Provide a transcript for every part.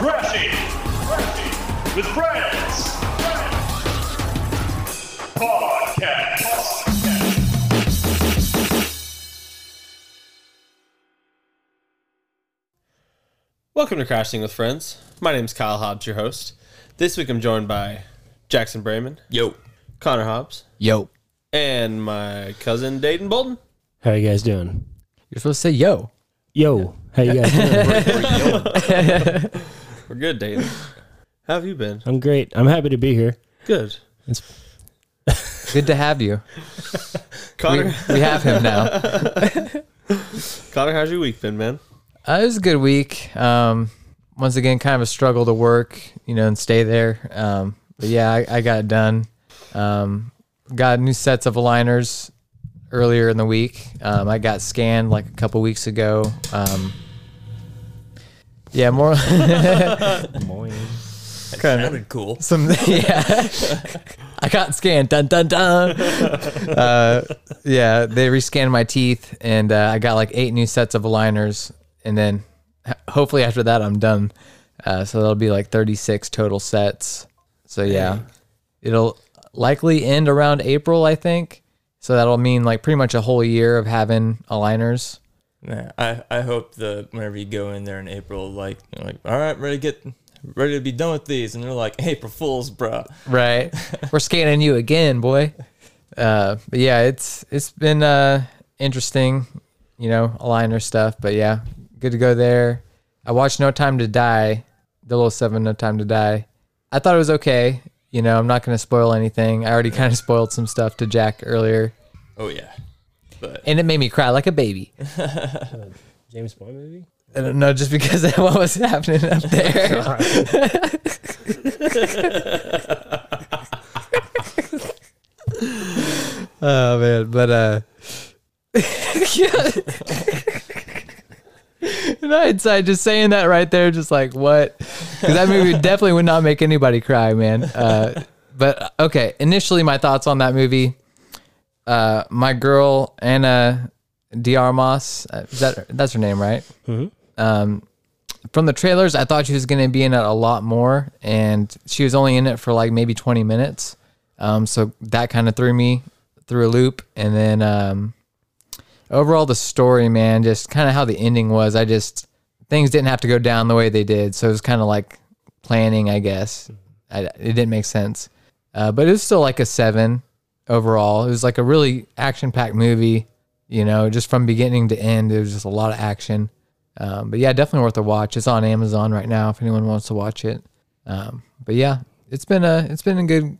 Crafty. With friends. Podcast. Welcome to Crashing with Friends. My name is Kyle Hobbs, your host. This week I'm joined by Jackson Brayman, Yo. Connor Hobbs, Yo. and my cousin Dayton Bolton. How you guys doing? You're supposed to say yo. Yo, how you guys doing? We're good, Dayton. How have you been? I'm great. I'm happy to be here. Good. Good to have you. Uh, We, Connor, we have him now. Connor, how's your week been, man? Uh, it was a good week. Um, once again, kind of a struggle to work, you know, and stay there. Um, but yeah, I, I got it done. Um, got new sets of aligners earlier in the week. Um, I got scanned like a couple weeks ago. Um, yeah, more kind of Sounded cool. some yeah i got scanned dun dun dun uh, yeah they rescanned my teeth and uh, i got like eight new sets of aligners and then h- hopefully after that i'm done uh, so that'll be like 36 total sets so yeah it'll likely end around april i think so that'll mean like pretty much a whole year of having aligners Yeah, I, I hope that whenever you go in there in April, like you're like, all right, ready to get ready to be done with these, and they're like, April Fools, bruh. right we're scanning you again boy uh but yeah it's it's been uh interesting you know aligner stuff but yeah good to go there i watched no time to die the little seven no time to die i thought it was okay you know i'm not gonna spoil anything i already kind of spoiled some stuff to jack earlier Oh yeah, but and it made me cry like a baby James Bond movie? i don't know just because of what was happening up there oh man but uh in hindsight just saying that right there just like what because that movie definitely would not make anybody cry man uh but okay initially my thoughts on that movie uh my girl anna diarmas uh, is that that's her name right um from the trailers i thought she was going to be in it a lot more and she was only in it for like maybe 20 minutes um so that kind of threw me through a loop and then um overall the story man just kind of how the ending was i just things didn't have to go down the way they did so it was kind of like planning i guess I, it didn't make sense uh, but it was still like a seven overall it was like a really action-packed movie you know just from beginning to end it was just a lot of action um, but yeah definitely worth a watch it's on amazon right now if anyone wants to watch it um, but yeah it's been a it's been a good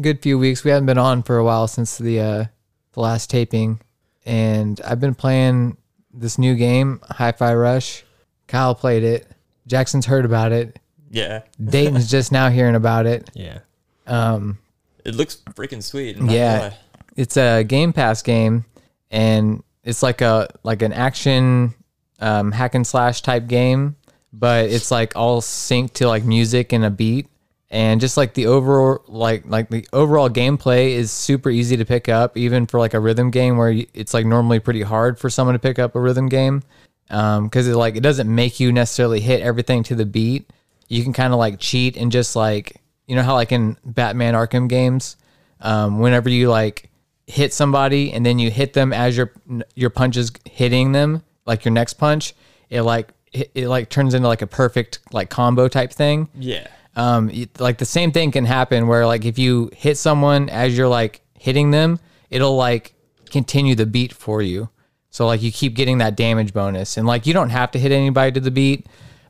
good few weeks we haven't been on for a while since the uh, the last taping and I've been playing this new game, Hi-Fi Rush. Kyle played it. Jackson's heard about it. yeah, Dayton's just now hearing about it. Yeah. Um, it looks freaking sweet. I'm not Yeah. gonna lie. it's a Game Pass game, and it's like a like an action um, hack and slash type game, but it's like all synced to like music and a beat, and just like the overall like like the overall gameplay is super easy to pick up, even for like a rhythm game where you- it's like normally pretty hard for someone to pick up a rhythm game, because Um, it like it doesn't make you necessarily hit everything to the beat. You can kind of like cheat and just like you know how like in Batman Arkham games um, whenever you like hit somebody and then you hit them as your your punch is hitting them like your next punch it like it, it like turns into like a perfect like combo type thing yeah, um y- like the same thing can happen where like if you hit someone as you're like hitting them it'll like continue the beat for you so like you keep getting that damage bonus and like you don't have to hit anybody to the beat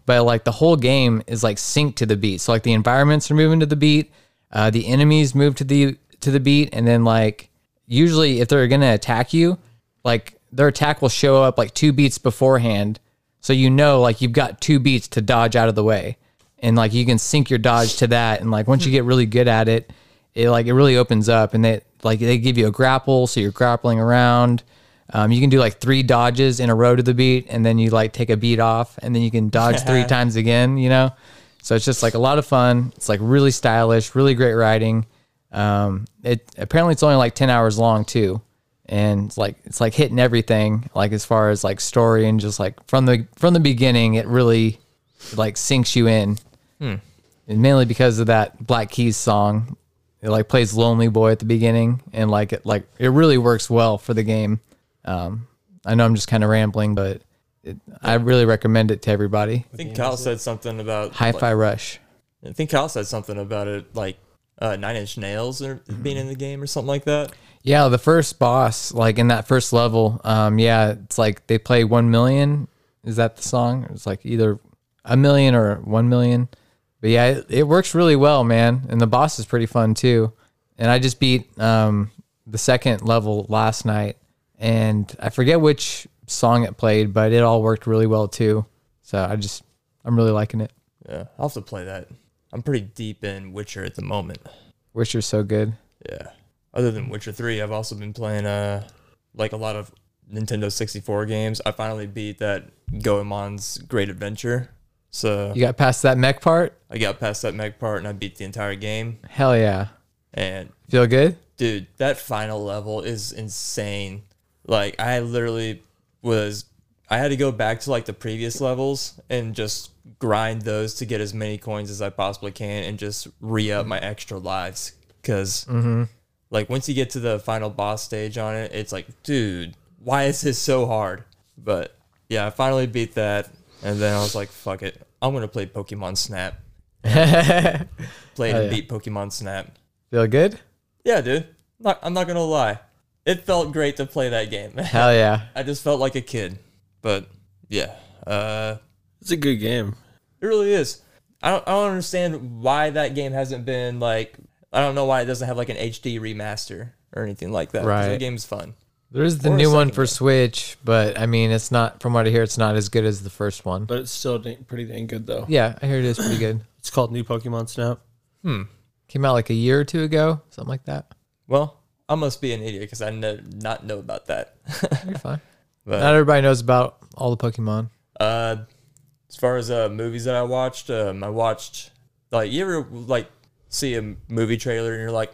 but like the whole game is like synced to the beat so like the environments are moving to the beat uh the enemies move to the to the beat and then like usually if they're gonna attack you like their attack will show up like two beats beforehand so you know like you've got two beats to dodge out of the way and like you can sync your dodge to that and like once you get really good at it it like it really opens up and they like they give you a grapple so you're grappling around um, you can do like three dodges in a row to the beat and then you like take a beat off and then you can dodge three times again you know so it's just like a lot of fun it's like really stylish really great riding um, it apparently it's only like 10 hours long too and it's like it's like hitting everything like as far as like story and just like from the from the beginning it really like sinks you in And mainly because of that Black Keys song. It like plays "Lonely Boy" at the beginning, and like it like it really works well for the game. Um, I know I'm just kind of rambling, but it, I really recommend it to everybody. I think Kyle said something about like- Hi-Fi Rush. I think Kyle said something about it, like uh, Nine Inch Nails or being in the game or something like that. Yeah, the first boss, like in that first level, um, yeah, it's like they play one million. Is that the song? It's like either a million or one million. But yeah, it, it works really well, man. And the boss is pretty fun too. And I just beat um, the second level last night, and I forget which song it played, but it all worked really well too. So I just, I'm really liking it. Yeah, I'll have to play that. I'm pretty deep in Witcher at the moment. Wish you're so good. Yeah. Other than Witcher 3, I've also been playing uh like a lot of Nintendo 64 games. I finally beat that Goemon's Great Adventure. So You got past that mech part? I got past that mech part and I beat the entire game. Hell yeah. And Feel good? dude, that final level is insane. Like I literally was I had to go back to like the previous levels and just grind those to get as many coins as I possibly can and just re up my extra lives because like once you get to the final boss stage on it, it's like, dude, why is this so hard? But yeah, I finally beat that, and then I was like, fuck it, I'm gonna play Pokemon Snap. Played and beat Pokemon Snap. Feel good? Yeah, dude. Not, I'm not gonna lie. It felt great to play that game. Hell yeah. I just felt like a kid. But yeah, uh, It's a good game. it really is. I don't, I don't understand why that game hasn't been like. I don't know why it doesn't have like an HD remaster or anything like that. 'cause The Right. game's fun. There's the Or a new one second for one. Switch, but I mean, it's not, from what I hear, it's not as good as the first one. But it's still dang- pretty dang good though. yeah, I hear it is pretty good. It's called New Pokemon Snap. Came out like a year or two ago, something like that. Well, I must be an idiot because I know, not know about that. You're fine. But- not everybody knows about all the Pokemon. uh, as far as uh, movies that I watched, um, I watched like you ever like see a movie trailer and you're like,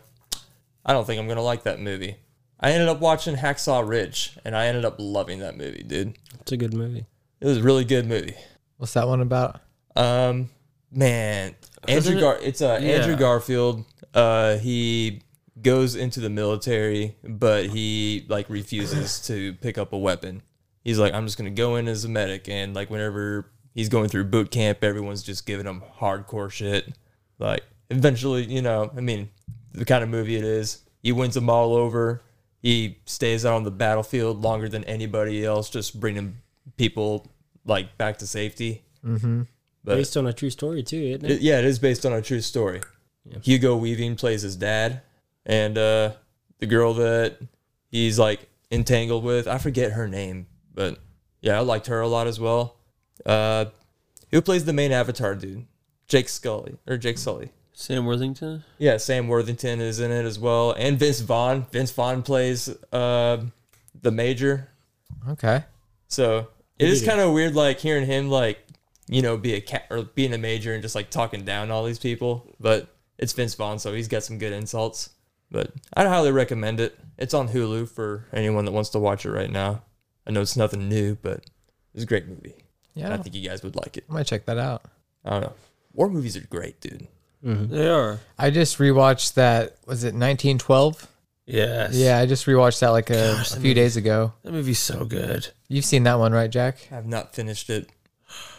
I don't think I'm gonna like that movie. I ended up watching Hacksaw Ridge and I ended up loving that movie, dude. It's a good movie. It was a really good movie. What's that one about? Um, man, Andrew it- Gar, it's uh, Andrew Yeah. Garfield. Uh, he goes into the military, but he like refuses to pick up a weapon. He's like, I'm just gonna go in as a medic, and like whenever he's going through boot camp, everyone's just giving him hardcore shit. Like eventually, you know, I mean, the kind of movie it is. He wins them all over. He stays out on the battlefield longer than anybody else, just bringing people like back to safety. Mm-hmm. But Based on a true story too, isn't it? it- yeah, it is based on a true story. Hugo Weaving plays his dad, and uh, the girl that he's like entangled with, I forget her name, but yeah, I liked her a lot as well. Uh, who plays the main Avatar dude? Jake Scully or Jake Sully? Sam Worthington. Yeah, Sam Worthington is in it as well, and Vince Vaughn. Vince Vaughn plays uh, the Major, Okay. so it is kind of weird, like hearing him, like you know, be a cat or being a major and just like talking down to all these people. But it's Vince Vaughn, so he's got some good insults. But I'd highly recommend it. It's on Hulu for anyone that wants to watch it right now. I know it's nothing new, but it's a great movie. Yeah. And I, I think you guys would like it. might check that out. I don't know. War movies are great, dude. Mm-hmm. uh, They are. I just rewatched that. Was it 1912? Yes. Yeah, I just rewatched that like a, a few days ago. That movie's so good. You've seen that one, right, Jack? I've not finished it.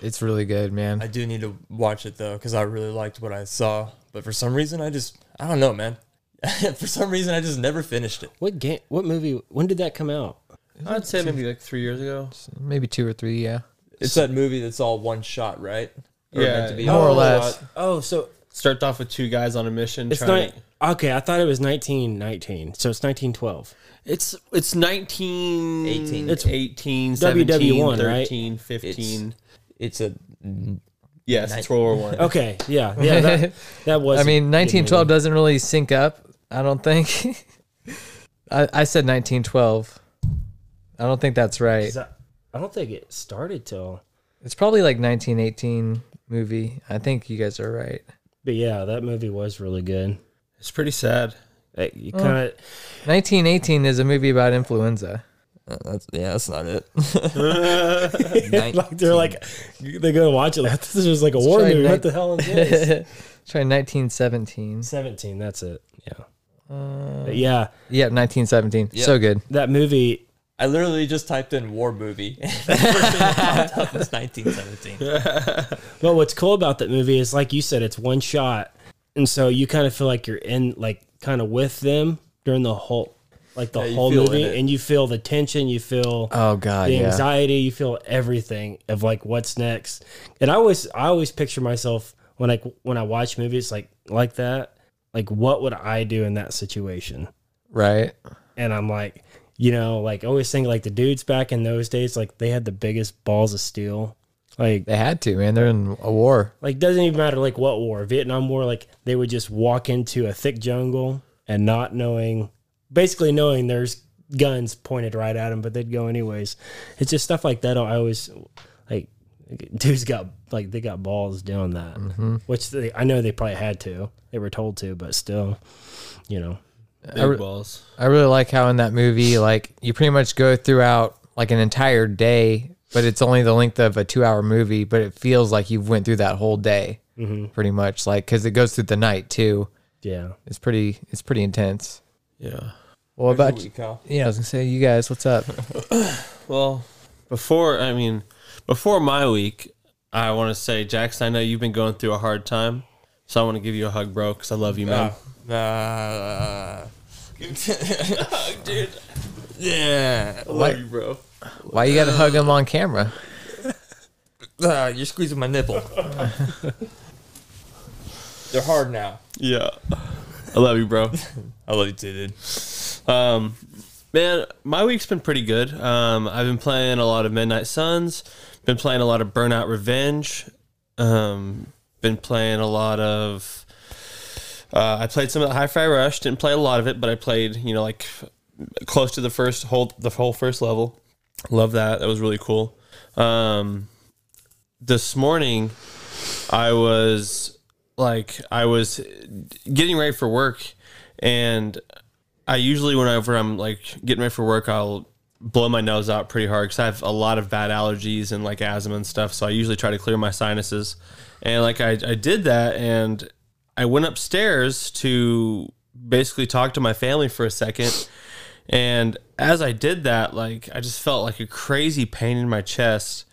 It's really good, man. I do need to watch it though because I really liked what I saw. But for some reason, I just I don't know, man. for some reason, I just never finished it. What game? What movie? When did that come out? I'd say maybe like three years ago. Maybe two or three. Yeah. It's that movie that's all one shot, right? Or Yeah, meant to be more or one less. shot. Oh, so Starts off with two guys on a mission. it's trying not. Okay, I thought it was nineteen nineteen. So it's nineteen twelve. It's it's 19, 18. It's 18, WW1, 17, right? 13, 15. It's a yes, it's World War One. Okay, yeah, yeah. That, that was. I mean, a good movie. 1912 doesn't really sync up. I don't think. I, I said 1912. I don't think that's right. Is that- I don't think it started till. It's probably like 1918 movie. I think you guys are right. But yeah, that movie was really good. It's pretty sad. Oh. Like, you kind of. 1918 is a movie about influenza. Uh, That's yeah, that's not it. like they're like, they go to watch it. Like, this is just like a war try movie. nine- What the hell is this? Try 1917. Seventeen. That's it. Yeah. But yeah, Yeah, 1917. So good. that movie. I literally just typed in war movie. and the first thing that popped up was 1917. But what's cool about that movie is, like you said, it's one shot, and so you kind of feel like you're in, like, kind of with them during the whole, like the you whole feel in movie, it. and you feel the tension. You feel. Oh god, the yeah. anxiety you feel everything of like what's next and i always i always picture myself when i when i watch movies like like that like what would i do in that situation Right. and i'm like you know like I always think like the dudes back in those days like they had the biggest balls of steel like They had to, man. They're in a war. like doesn't even matter like what war vietnam war like they would just walk into a thick jungle and not knowing basically knowing there's guns pointed right at them but they'd go anyways it's just stuff like that i always like dudes got like they got balls doing that which they, i know they probably had to they were told to but still you know Big balls. I really like how in that movie, like you pretty much go throughout like an entire day, but it's only the length of a two-hour movie, but it feels like you've went through that whole day, pretty much. Like because it goes through the night too. yeah It's pretty. It's pretty intense. Yeah. Well, about Holy cow. yeah, I was gonna say, you guys, what's up? Well, before I mean, before my week, I want to say, Jackson, I know you've been going through a hard time, so I want to give you a hug, bro, because I love you, man. Uh, dude. Yeah. I love you, bro. Why you gotta hug him on camera? Uh, you're squeezing my nipple. They're hard now. Yeah, I love you, bro. I love you too, dude. Um, man, my week's been pretty good. Um, I've been playing a lot of Midnight Suns. Been playing a lot of Burnout Revenge. Um, been playing a lot of. Uh, I played some of the High Fry Rush. Didn't play a lot of it, but I played you know like close to the first whole the whole first level. Love that. That was really cool. Um, this morning, I was like I was getting ready for work, and I usually whenever I'm like getting ready for work, I'll blow my nose out pretty hard because I have a lot of bad allergies and like asthma and stuff. So I usually try to clear my sinuses, and like I, I did that, and I went upstairs to basically talk to my family for a second. And as I did that, like I just felt like a crazy pain in my chest.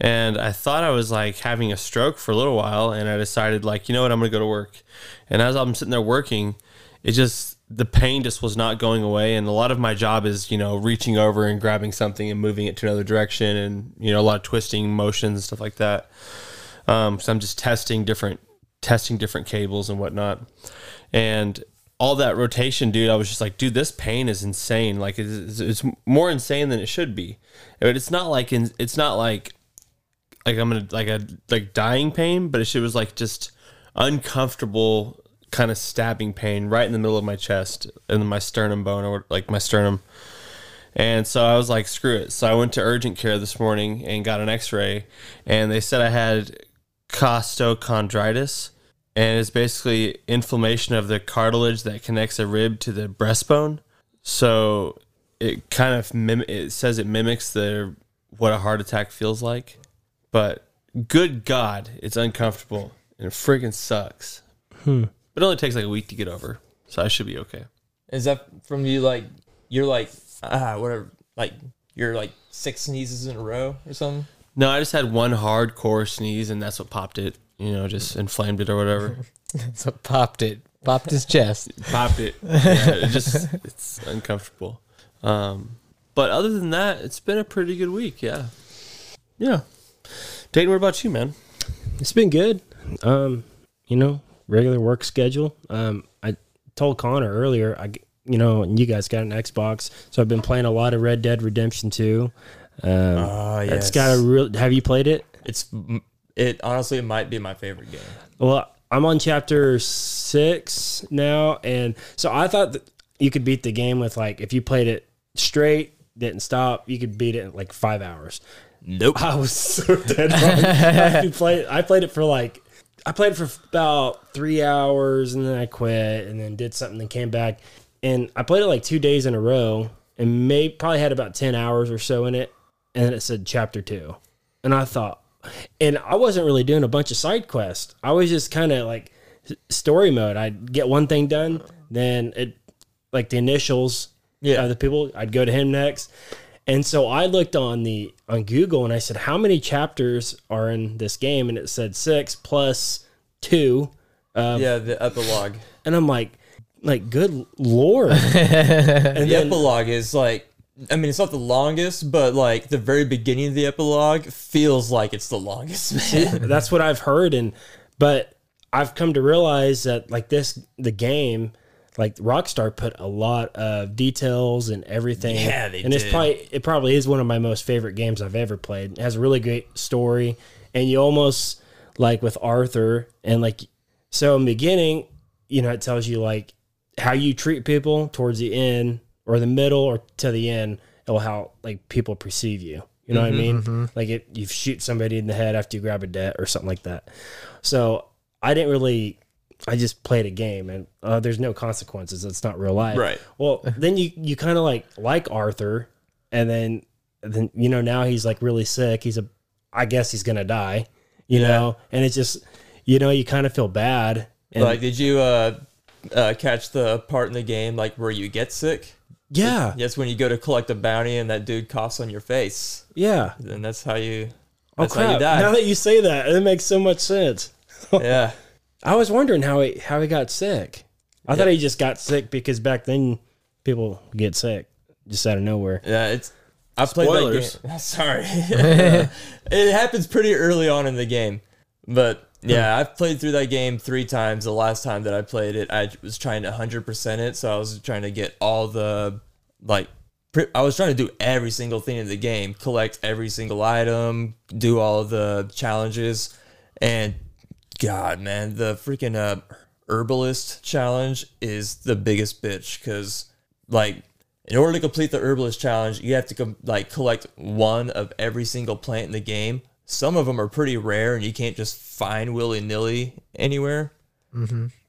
And I thought I was like having a stroke for a little while. And I decided, like, you know what, I'm going to go to work. And as I'm sitting there working, it just, the pain just was not going away. And a lot of my job is, you know, reaching over and grabbing something and moving it to another direction and, you know, a lot of twisting motions and stuff like that. Um, so I'm just testing different, testing different cables and whatnot and all that rotation, dude. I was just like, dude, this pain is insane. Like it's, it's more insane than it should be, but it's not like in, it's not like like I'm gonna like a like dying pain, but it shit was like just uncomfortable kind of stabbing pain right in the middle of my chest and my sternum bone or like my sternum. And so I was like, screw it. So I went to urgent care this morning and got an X-ray, and they said I had costochondritis, and it's basically inflammation of the cartilage that connects a rib to the breastbone. So it kind of mim- it says it mimics the what a heart attack feels like, but good God, it's uncomfortable and it freaking sucks. But it only takes like a week to get over, so I should be okay. Is that from you? Like you're like ah whatever. Like you're like six sneezes in a row or something. No, I just had one hardcore sneeze, and that's what popped it. You know, just inflamed it or whatever. So popped it, popped his chest. popped it. Yeah, it just it's uncomfortable. Um, but other than that, it's been a pretty good week. Yeah, yeah. Dayton, what about you, man? It's been good. Um, you know, regular work schedule. Um, I told Connor earlier, I, g- you know, and you guys got an Xbox, so I've been playing a lot of Red Dead Redemption 2. Um, Ah, It's got a real. Have you played it? It's m- it honestly might be my favorite game. Well, I'm on chapter six now, and so I thought that you could beat the game with like if you played it straight, didn't stop, you could beat it in like five hours. Nope. I was so dead wrong. I played, I played it for like, I played for about three hours and then I quit and then did something and came back. And I played it like two days in a row and may probably had about 10 hours or so in it and then it said chapter 2 and i thought and i wasn't really doing a bunch of side quests i was just kind of like s- story mode i'd get one thing done then it like the initials Yeah. of the people i'd go to him next and so i looked on the on google and i said how many chapters are in this game and it said six plus two Um, yeah, the epilogue. and i'm like like good lord the epilogue is like, I mean, it's not the longest, but like the very beginning of the epilogue feels like it's the longest. man. that's what I've heard and but I've come to realize that like this the game like Rockstar put a lot of details and everything. Yeah, they and did. it's probably it probably is one of my most favorite games I've ever played. It has a really great story and you almost like with Arthur and like so in the beginning, you know, it tells you like how you treat people towards the end or the middle or to the end it'll how like people perceive you you know what i mean like if you shoot somebody in the head after you grab a debt or something like that so i didn't really i just played a game and uh, there's no consequences it's not real life Right. well then you you kind of like like arthur and then then you know now he's like really sick he's a i guess he's gonna die you know and it's just you know you kind of feel bad and like, did you uh, uh, catch the part in the game like where you get sick? yeah That's when you go to collect a bounty and that dude coughs on your face, yeah and that's how you. Oh, That's how you crap. die. Now that you say that, it makes so much sense. yeah. I was wondering how he how he got sick. I thought he just got sick because back then people get sick just out of nowhere. Yeah, it's. I played Spoilers. that game. Sorry, it happens pretty early on in the game, but yeah, I've played through that game three times. The last time that I played it, I was trying to hundred percent it, so I was trying to get all the like. pre- I was trying to do every single thing in the game, collect every single item, do all the challenges, and God, man, the freaking uh, herbalist challenge is the biggest bitch because, like, in order to complete the herbalist challenge, you have to com- like collect one of every single plant in the game. Some of them are pretty rare, and you can't just find willy nilly anywhere.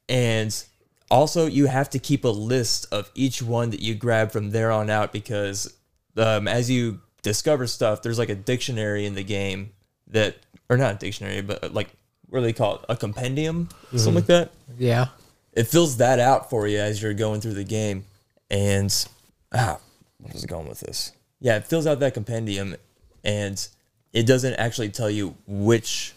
And also, you have to keep a list of each one that you grab from there on out because um, as you discover stuff, there's like a dictionary in the game that, or not a dictionary, but uh, like, what do they call it? A compendium? Something like that Yeah. it fills that out for you as you're going through the game. And ah, where's it going with this? Yeah, it fills out that compendium, and it doesn't actually tell you which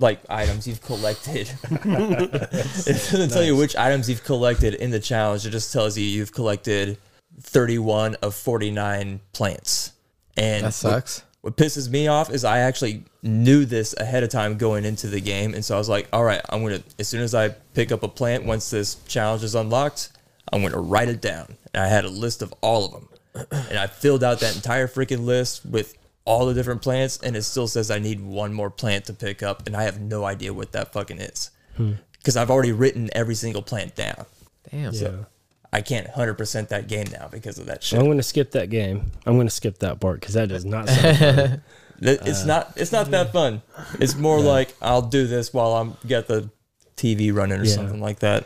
like items you've collected. it doesn't tell you which items you've collected in the challenge. It just tells you you've collected 31 of 49 plants. And That sucks. what pisses me off is I actually knew this ahead of time going into the game, and so I was like, "All right, I'm gonna as soon as I pick up a plant, once this challenge is unlocked, I'm gonna write it down." And I had a list of all of them, and I filled out that entire freaking list with all the different plants, and it still says I need one more plant to pick up, and I have no idea what that fucking is because I've already written every single plant down. Damn. So I can't hundred percent that game now because of that shit. I'm going to skip that game. I'm going to skip that part because that does not sound fun. Th- It's uh, not. It's not that fun. It's more like I'll do this while I'm got the TV running or Yeah. something like that.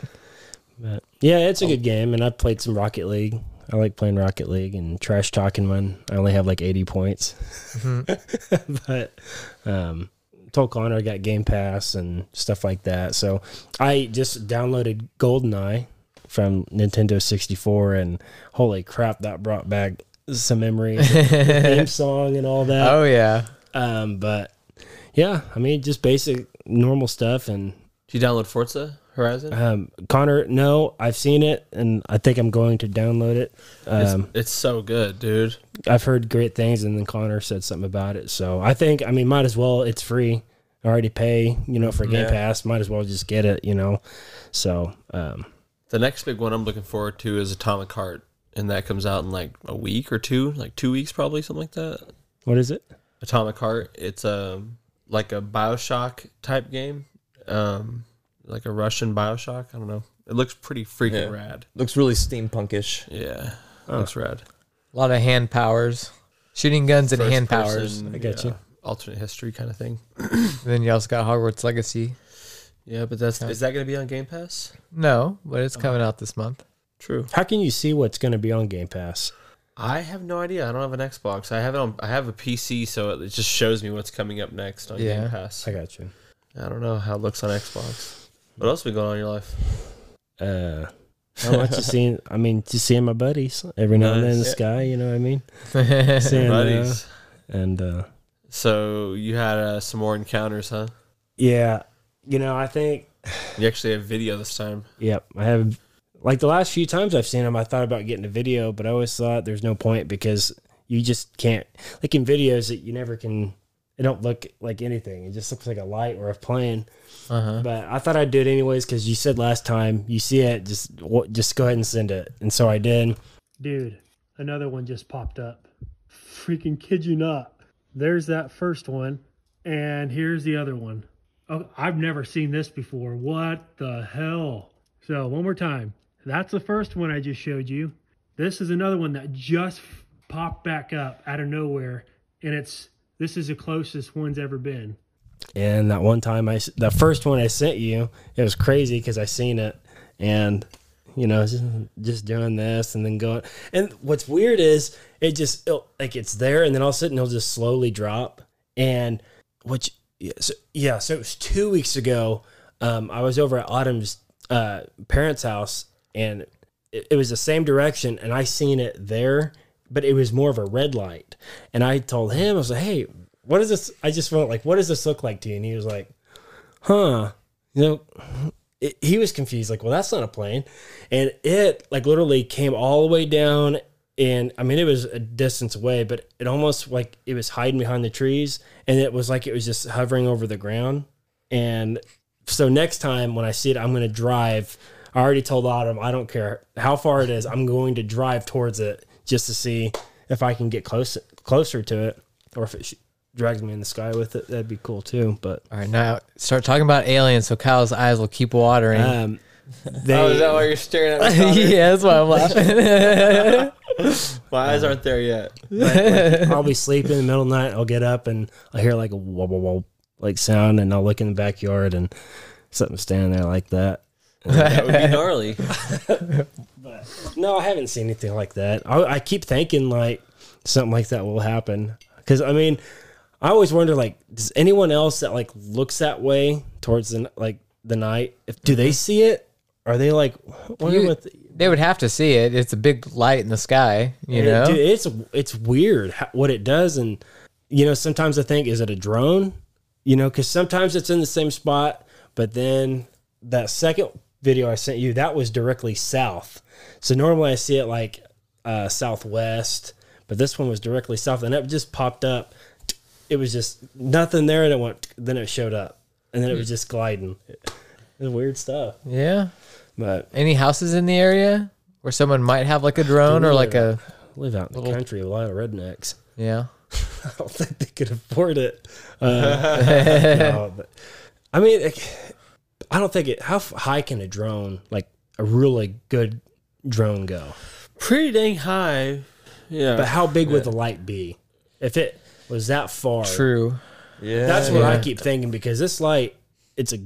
But yeah, it's a good game, and I've played some Rocket League. I like playing Rocket League and trash talking one. I only have like 80 points. but um, told Connor I got Game Pass and stuff like that. So I just downloaded GoldenEye from Nintendo 64, and holy crap, that brought back some memories, the theme song and all that. Oh yeah. Um, but yeah, I mean, just basic normal stuff and Do you download Forza Horizon? um, Connor, no, I've seen it, and I think I'm going to download it. Um, it's so good, dude. I've heard great things, and then Connor said something about it. So I think, I mean, might as well. It's free. I already pay, you know, for Game Yeah. Pass. Might as well just get it, you know. So um, The next big one I'm looking forward to is Atomic Heart, and that comes out in like a week or two, like two weeks probably, something like that. what is it? Atomic Heart. It's um like a Bioshock type game, um, like a Russian Bioshock. I don't know. It looks pretty freaking Yeah. rad. Looks really steampunkish. Yeah, looks rad. A lot of hand powers, shooting guns and First hand powers. person, I get yeah, you. Alternate history kind of thing. then you also got Hogwarts Legacy. Yeah, but that's is that going to be on Game Pass? Oh. No, but it's coming out this month. True. How can you see what's going to be on Game Pass? I have no idea. I don't have an Xbox. I have it on. I have a PC, so it just shows me what's coming up next on Yeah. Game Pass. I got you. I don't know how it looks on Xbox. What else been going on in your life? Uh, how much you seeing? I mean, just seeing my buddies every now and then in the Nice. sky. You know what I mean? yeah, Seeing, uh, Buddies. and uh, So you had uh, some more encounters, huh? yeah, you know, I think You actually have video this time. Yep, I have. Like the last few times I've seen them, I thought about getting a video, but I always thought there's no point because you just can't. Like in videos, that you never can. It don't look like anything. It just looks like a light or a plane. But I thought I'd do it anyways because you said last time you see it, just wh- just go ahead and send it, and so I did. Dude, another one just popped up. Freaking kid you not. There's that first one, and here's the other one. Oh, I've never seen this before. What the hell? So, one more time. That's the first one I just showed you. This is another one that just f- popped back up out of nowhere, and it's this is the closest one's ever been. And that one time I, s- the first one I sent you, it was crazy because I seen it, and you know, just, just doing this and then going. And what's weird is it just it'll, like it's there, and then all of a sudden it'll just slowly drop. And which yeah, so, yeah, so it was two weeks ago. Um, I was over at Autumn's uh, parents' house, and it, it was the same direction, and I seen it there, but it was more of a red light. And I told him, I was like, "Hey, what is this? I just want like, what does this look like to you?" And he was like, "Huh." You know, it, he was confused like well that's not a plane and it like literally came all the way down and i mean it was a distance away but it almost like it was hiding behind the trees and it was like it was just hovering over the ground and so next time when i see it i'm going to drive i already told autumn i don't care how far it is i'm going to drive towards it just to see if i can get close closer to it or if it sh- drags me in the sky with it that'd be cool too but All right, now start talking about aliens so Kyle's eyes will keep watering. um they, Oh, why you're staring at yeah, that's why I'm laughing. My eyes aren't there yet. I'll be sleeping in the middle of the night. I'll get up and I hear like a whoa, whoa, whoa, like sound, and I'll look in the backyard and something standing there like that. That would be gnarly. No, I haven't seen anything like that. I, I keep thinking like something like that will happen because I mean, I always wonder like, does anyone else that like looks that way towards the n- like the night? If do they see it? Are they like wondering You- what? The, they would have to see it. It's a big light in the sky, you Yeah, know. dude, it's it's weird ho- what it does, and you know, sometimes I think, is it a drone? You know, because sometimes it's in the same spot, but then that second video I sent you, that was directly south. So normally I see it like uh, southwest, but this one was directly south, and it just popped up. It was just nothing there, and it went. Then it showed up, and then it was Hmm. just gliding. It, it was weird stuff, yeah. but Any houses in the area where someone might have like a drone or like a I live out in the country, with a lot of rednecks. yeah. I don't think they could afford it. Uh, no, but- I mean, like, I don't think it. How f- high can a drone, like a really good drone, go? Pretty dang high. Yeah. But how big would the light be if it was that far? True. Yeah, That's what I Yeah. keep thinking because this light, it's a.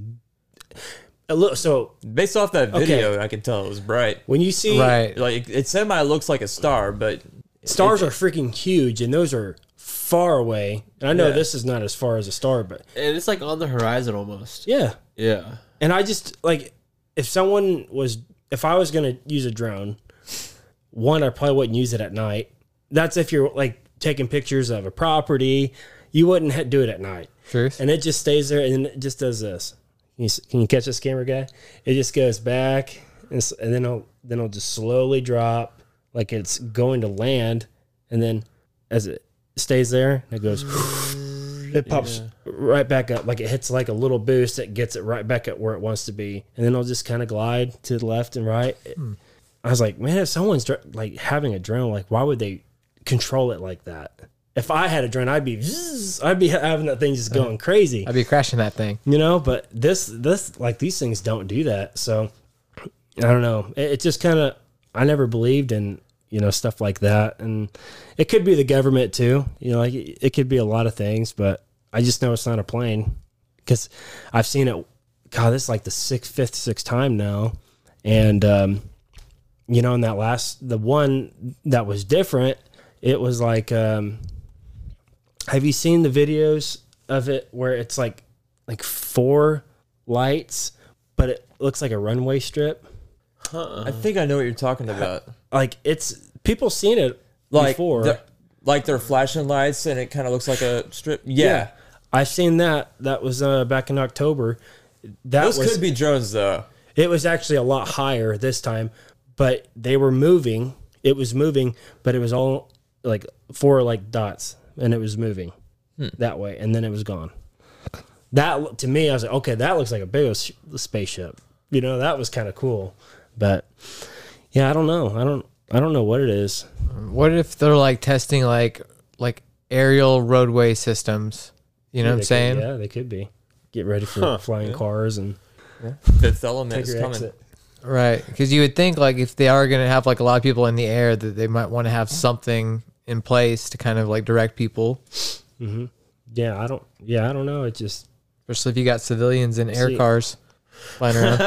a little, so based off that video, I could tell it was bright. when you see Right. Like it, it semi looks like a star, but stars are freaking huge and those are far away. And I know Yeah. this is not as far as a star, but and it's like on the horizon almost. yeah, Yeah. And I just like if someone was if I was gonna use a drone, one I probably wouldn't use it at night. That's if you're like taking pictures of a property, you wouldn't ha- do it at night. Truth. And it just stays there and it just does this. Can you, s- can you catch this camera guy? It just goes back and, s- and then it'll then it'll just slowly drop like it's going to land, and then as it stays there, it goes. It pops right back up, like it hits like a little boost. It gets it right back at where it wants to be, and then it'll just kind of glide to the left and right. I was like, man, if someone's dr- like having a drone, like why would they control it like that? If I had a drone, I'd be, zzz, I'd be having that thing just going crazy, I'd be crashing that thing. you know. But this, this, like these things don't do that. So I don't know. It, it just kind of, I never believed in you know stuff like that, and it could be the government too. You know, like it, it could be a lot of things, but I just know it's not a plane because I've seen it. God, this is like the sixth, fifth, sixth time now, and um, you know, in that last the one that was different, it was like um have you seen the videos of it where it's like like four lights, but it looks like a runway strip? I think I know what you're talking about. Like it's people seen it Like before. the- like they're flashing lights and it kind of looks like a strip. Yeah, yeah. I've seen that. That was uh, back in October. That those was could be drones though. It was actually a lot higher this time, but they were moving. It was moving, but it was all like four like dots, and it was moving Hmm. that way, and then it was gone. That lo- to me, I was like, okay, that looks like a big s- spaceship. You know, that was kind of cool, but yeah, I don't know. I don't. I don't know what it is. What if they're like testing like like aerial roadway systems? You know what They I'm could- saying? yeah, they could be. Get ready for flying cars and Fifth element is your coming. exit. Right. Because you would think like if they are going to have like a lot of people in the air that they might want to have something in place to kind of like direct people, Yeah, I don't. Yeah, I don't know. It just especially if you got civilians in air See- cars flying around.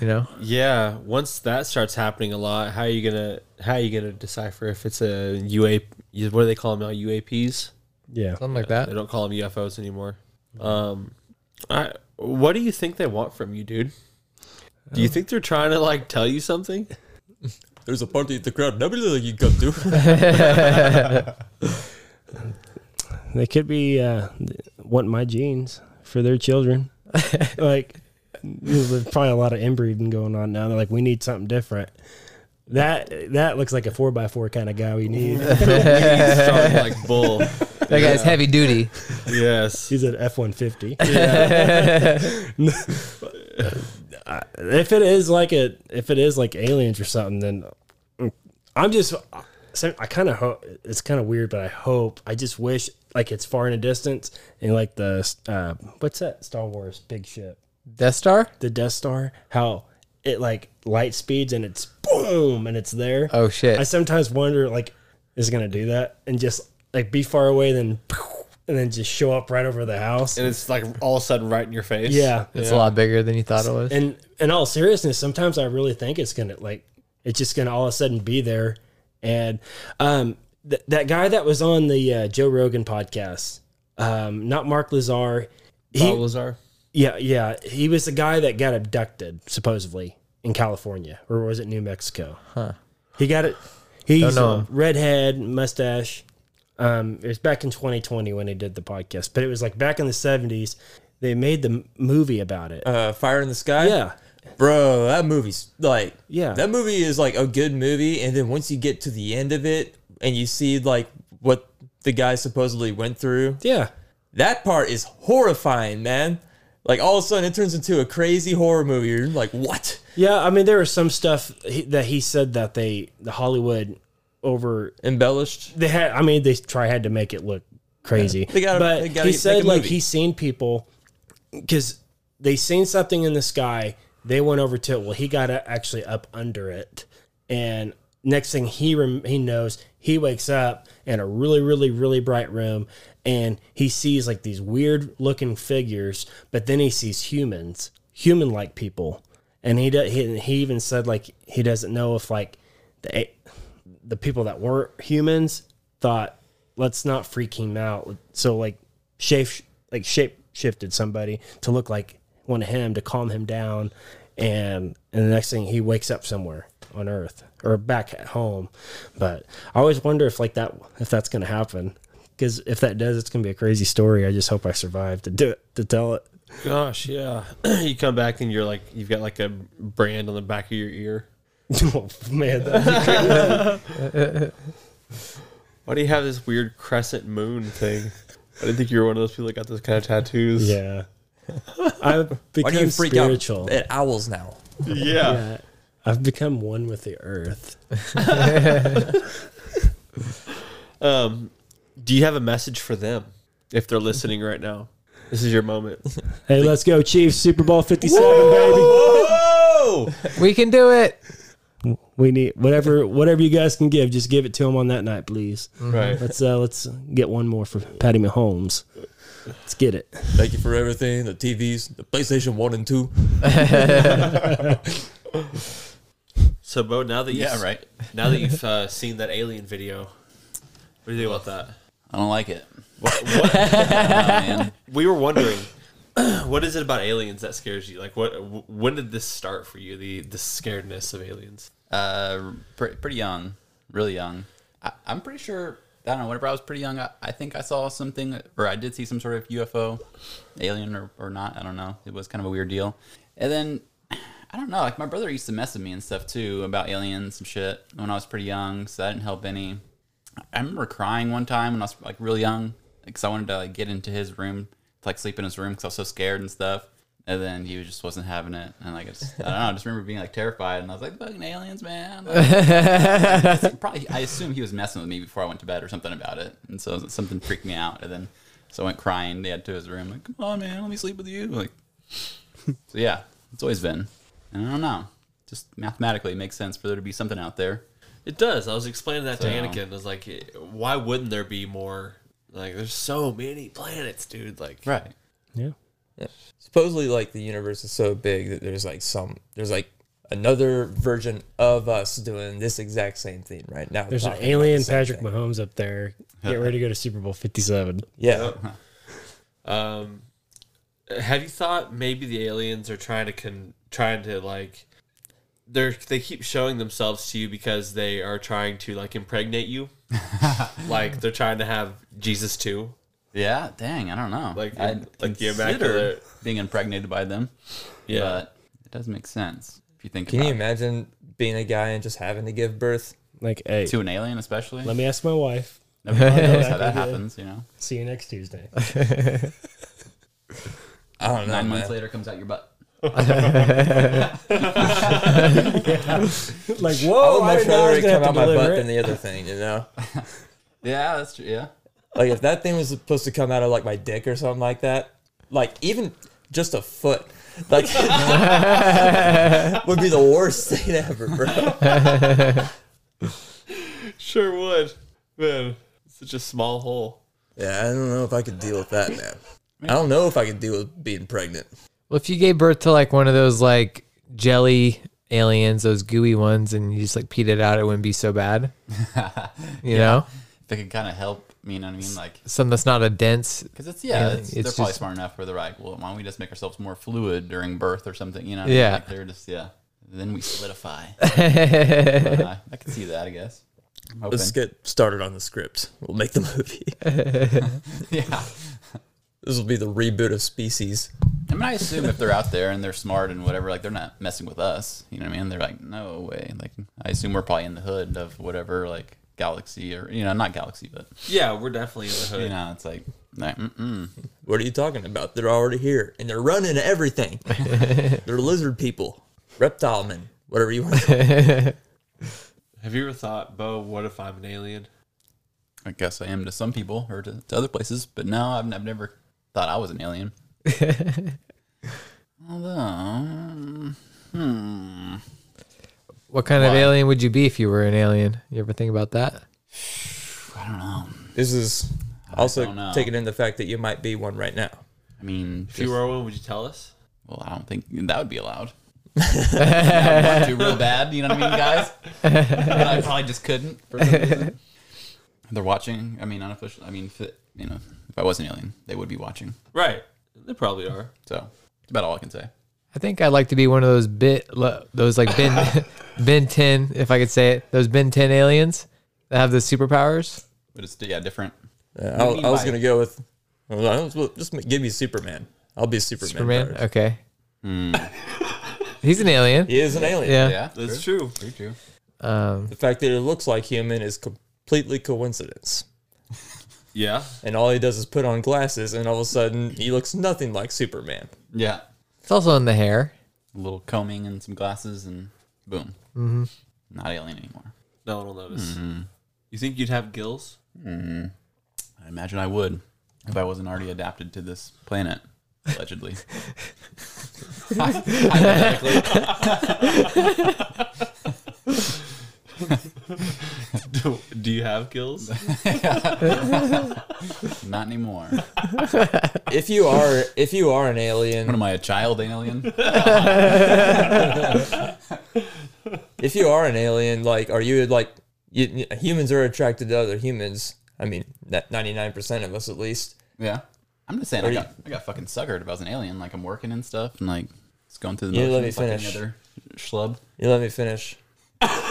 you know? Yeah, once that starts happening a lot, how are you gonna how are you gonna decipher if it's a UA? What do they call them now? UAPs. yeah. Something like that. They don't call them UFOs anymore. Um, I what do you think they want from you, dude? Do you think they're trying to like tell you something? There's a party at the crowd. Nobody like you come to. They could be uh, wanting my genes for their children. like, there's probably a lot of inbreeding going on now. They're like, we need something different. That that looks like a four by four kind of guy we need. Strong like bull. That guy's heavy duty. Yes. He's an F one fifty. If it is like a, if it is like aliens or something, then I'm just, so I kind of hope it's kind of weird, but I hope I just wish like it's far in the distance and like the uh, what's that Star Wars big ship. Death Star? the Death Star, how it like light speeds and it's boom and it's there. Oh shit. I sometimes wonder like is it gonna do that and just like be far away then poof, and then just show up right over the house. And it's like all of a sudden right in your face. yeah. it's a lot bigger than you thought it was. And in all seriousness, sometimes I really think it's gonna like it's just gonna all of a sudden be there. And um th- that guy that was on the uh, Joe Rogan podcast, um, not Mark Lazar. Bob He, Lazar. yeah, yeah. He was the guy that got abducted, supposedly, in California. Or was it New Mexico? Huh. He got it. He's know a him. redhead, mustache. Um, it was back in 2020 when they did the podcast, but it was like back in the 70s. They made the m- movie about it. uh, Fire in the sky. yeah. bro, that movie's like Yeah. that movie is like a good movie, and then once you get to the end of it and you see like what the guy supposedly went through, Yeah. that part is horrifying, man. Like all of a sudden, it turns into a crazy horror movie. You're like, what? Yeah. I mean, there was some stuff he, that he said that they, the Hollywood over, Embellished? they had, I mean, they try had to make it look crazy. They gotta- but they gotta he make said a like movie. he's seen people because they seen something in the sky. They went over to it. Well, he got a- actually up under it, and next thing he rem- he knows, he wakes up in a really, really, really bright room, and he sees like these weird looking figures. But then he sees humans, human like people, and he, do- he he even said like he doesn't know if like the a- the people that weren't humans thought let's not freak him out so like shape like shape shifted somebody to look like one of him to calm him down and and the next thing he wakes up somewhere on earth or back at home but i always wonder if like that if that's gonna happen because if that does it's gonna be a crazy story i just hope i survive to do it to tell it Gosh, yeah. you come back and you're like you've got like a brand on the back of your ear. oh man that'd be Why do you have this weird crescent moon thing? I didn't think you were one of those people that got those kind of tattoos. crazy. yeah i've Why become do you freak spiritual out Eh. at owls now? Yeah. Yeah. I've become one with the earth. Um, do you have a message for them if they're listening right now? This is your moment. Hey, let's go, Chiefs! Super Bowl Fifty Seven, baby. Whoa! we can do it. We need whatever whatever you guys can give. Just give it to him on that night, please. right. Let's uh, let's get one more for Patty Mahomes. Let's get it. Thank you for everything. The TVs, the PlayStation One and Two. So, Bo, now that you've, Yeah, right. now that you've uh, seen that alien video, what do you think about that? I don't like it. We were wondering, what is it about aliens that scares you? Like, what? wh- When did this start for you? The the scaredness of aliens. Uh, pre- pretty young, really young. I, I'm pretty sure. I don't know. Whenever I was pretty young, I, I think I saw something, or I did see some sort of UFO, alien or, or not. I don't know. It was kind of a weird deal. And then I don't know. Like my brother used to mess with me and stuff too about aliens and shit when I was pretty young. So that didn't help any. I remember crying one time when I was like really young because I wanted to like get into his room to like sleep in his room because I was so scared and stuff. And then he just wasn't having it, and like I, just, I don't know, I just remember being like terrified, and I was like, "Fucking aliens, man!" Like, probably, I assume he was messing with me before I went to bed or something about it, and so something freaked me out, and then so I went crying yeah, to his room, like, "Come on, man, let me sleep with you." Like, so yeah, it's always been, and I don't know, just mathematically it makes sense for there to be something out there. It does. I was explaining that So- to Anakin. I was like, "Eh, why wouldn't there be more? Like, there's so many planets, dude. Like, Right. Yeah. supposedly like the universe is so big that there's like some there's like another version of us doing this exact same thing right now. There's an talking about the alien same Patrick thing. Mahomes up there. Uh-uh. Get ready to go to Super Bowl 57. Yeah. Um, have you thought maybe the aliens are trying to con trying to like they're they keep showing themselves to you because they are trying to like impregnate you, like they're trying to have Jesus too. Yeah. Dang, I don't know. Like- I like the consider immaculate- being impregnated by them, but it does make sense if you think Can about you it. imagine being a guy and just having to give birth? Like, hey, to an alien, especially. let me ask my wife. Nobody knows how that happens, you know. See you next Tuesday. I don't know. Nine man. months later, comes out your butt. like, I whoa, would Oh, I much didn't know I rather was going it come to out have to my butt deliver than it. the other thing, you know. Yeah, that's true. Yeah. like if that thing was supposed to come out of like my dick or something like that, like even just a foot, like would be the worst thing ever, bro. Sure would, man. Such a small hole. Yeah, I don't know if I could deal with that, man. I don't know if I could deal with being pregnant. Well, if you gave birth to like one of those like jelly aliens, those gooey ones, and you just like peed it out, it wouldn't be so bad. You know, If they could kind of help, you know what I mean? Like, something that's not a dense. because it's, yeah, Yeah, it's it's, they're probably just- smart enough where they're like, well, why don't we just make ourselves more fluid during birth or something, you know? Yeah. Like they're just, yeah. Then we solidify. yeah, Uh, I can see that, I guess. I'm hoping. Let's get started on the script. We'll make the movie. yeah. This will be the reboot of Species. I mean, I assume if they're out there and they're smart and whatever, like they're not messing with us. You know what I mean? They're like, no way. Like, I assume we're probably in the hood of whatever, like galaxy or you know, not galaxy, but Yeah, we're definitely in the hood. you know, it's like, like mm-mm. What are you talking about? They're already here and they're running everything. they're lizard people, reptile men, whatever you want. to call them. Have you ever thought, Bo? What if I'm an alien? I guess I am to some people or to, to other places, but no, I've, I've never thought I was an alien. Although, um, hmm, What kind of alien would you be if you were an alien? You ever think about that? I don't know. This is don't know. also taking in the fact that you might be one right now. I mean, If you were one, would you tell us? well, I don't think that would be allowed. I want to real bad, you know what I mean, guys? but I probably just couldn't for some reason. They're watching. I mean, unofficial. I mean, if it- you know, if I was an alien, they would be watching. Right. They probably are. So that's about all I can say. I think I'd like to be one of those bit lo- those like Ben Ben Ten, if I could say it, those Ben Ten aliens that have the superpowers. But it's yeah, different. Yeah, do you mean I, I was by- gonna go with. I was- well, Just give me Superman. I'll be Superman. Superman. first. Okay. He's an alien. He is an alien. Yeah. Yeah, That's true. true. Pretty true. Um, The fact that it looks like human is completely coincidence. Yeah. And all he does is put on glasses, and all of a sudden he looks nothing like Superman. Yeah, it's also in the hair. a little combing and some glasses, and boom, not alien anymore. No one will notice. Mm-hmm. You think you'd have gills? I imagine I would if I wasn't already adapted to this planet, allegedly. Hypothetically. do, do you have gills? not anymore. What If you are, if you are an alien, am I, a child alien? if you are an alien, like, are you like you, humans are attracted to other humans? I mean, that ninety nine percent of us at least. Yeah. I'm just saying, Are I you- got, I got fucking suckered if I was an alien. Like, I'm working and stuff and, like, it's going through the You motions. let me just like any finish. Other schlub. You let me finish.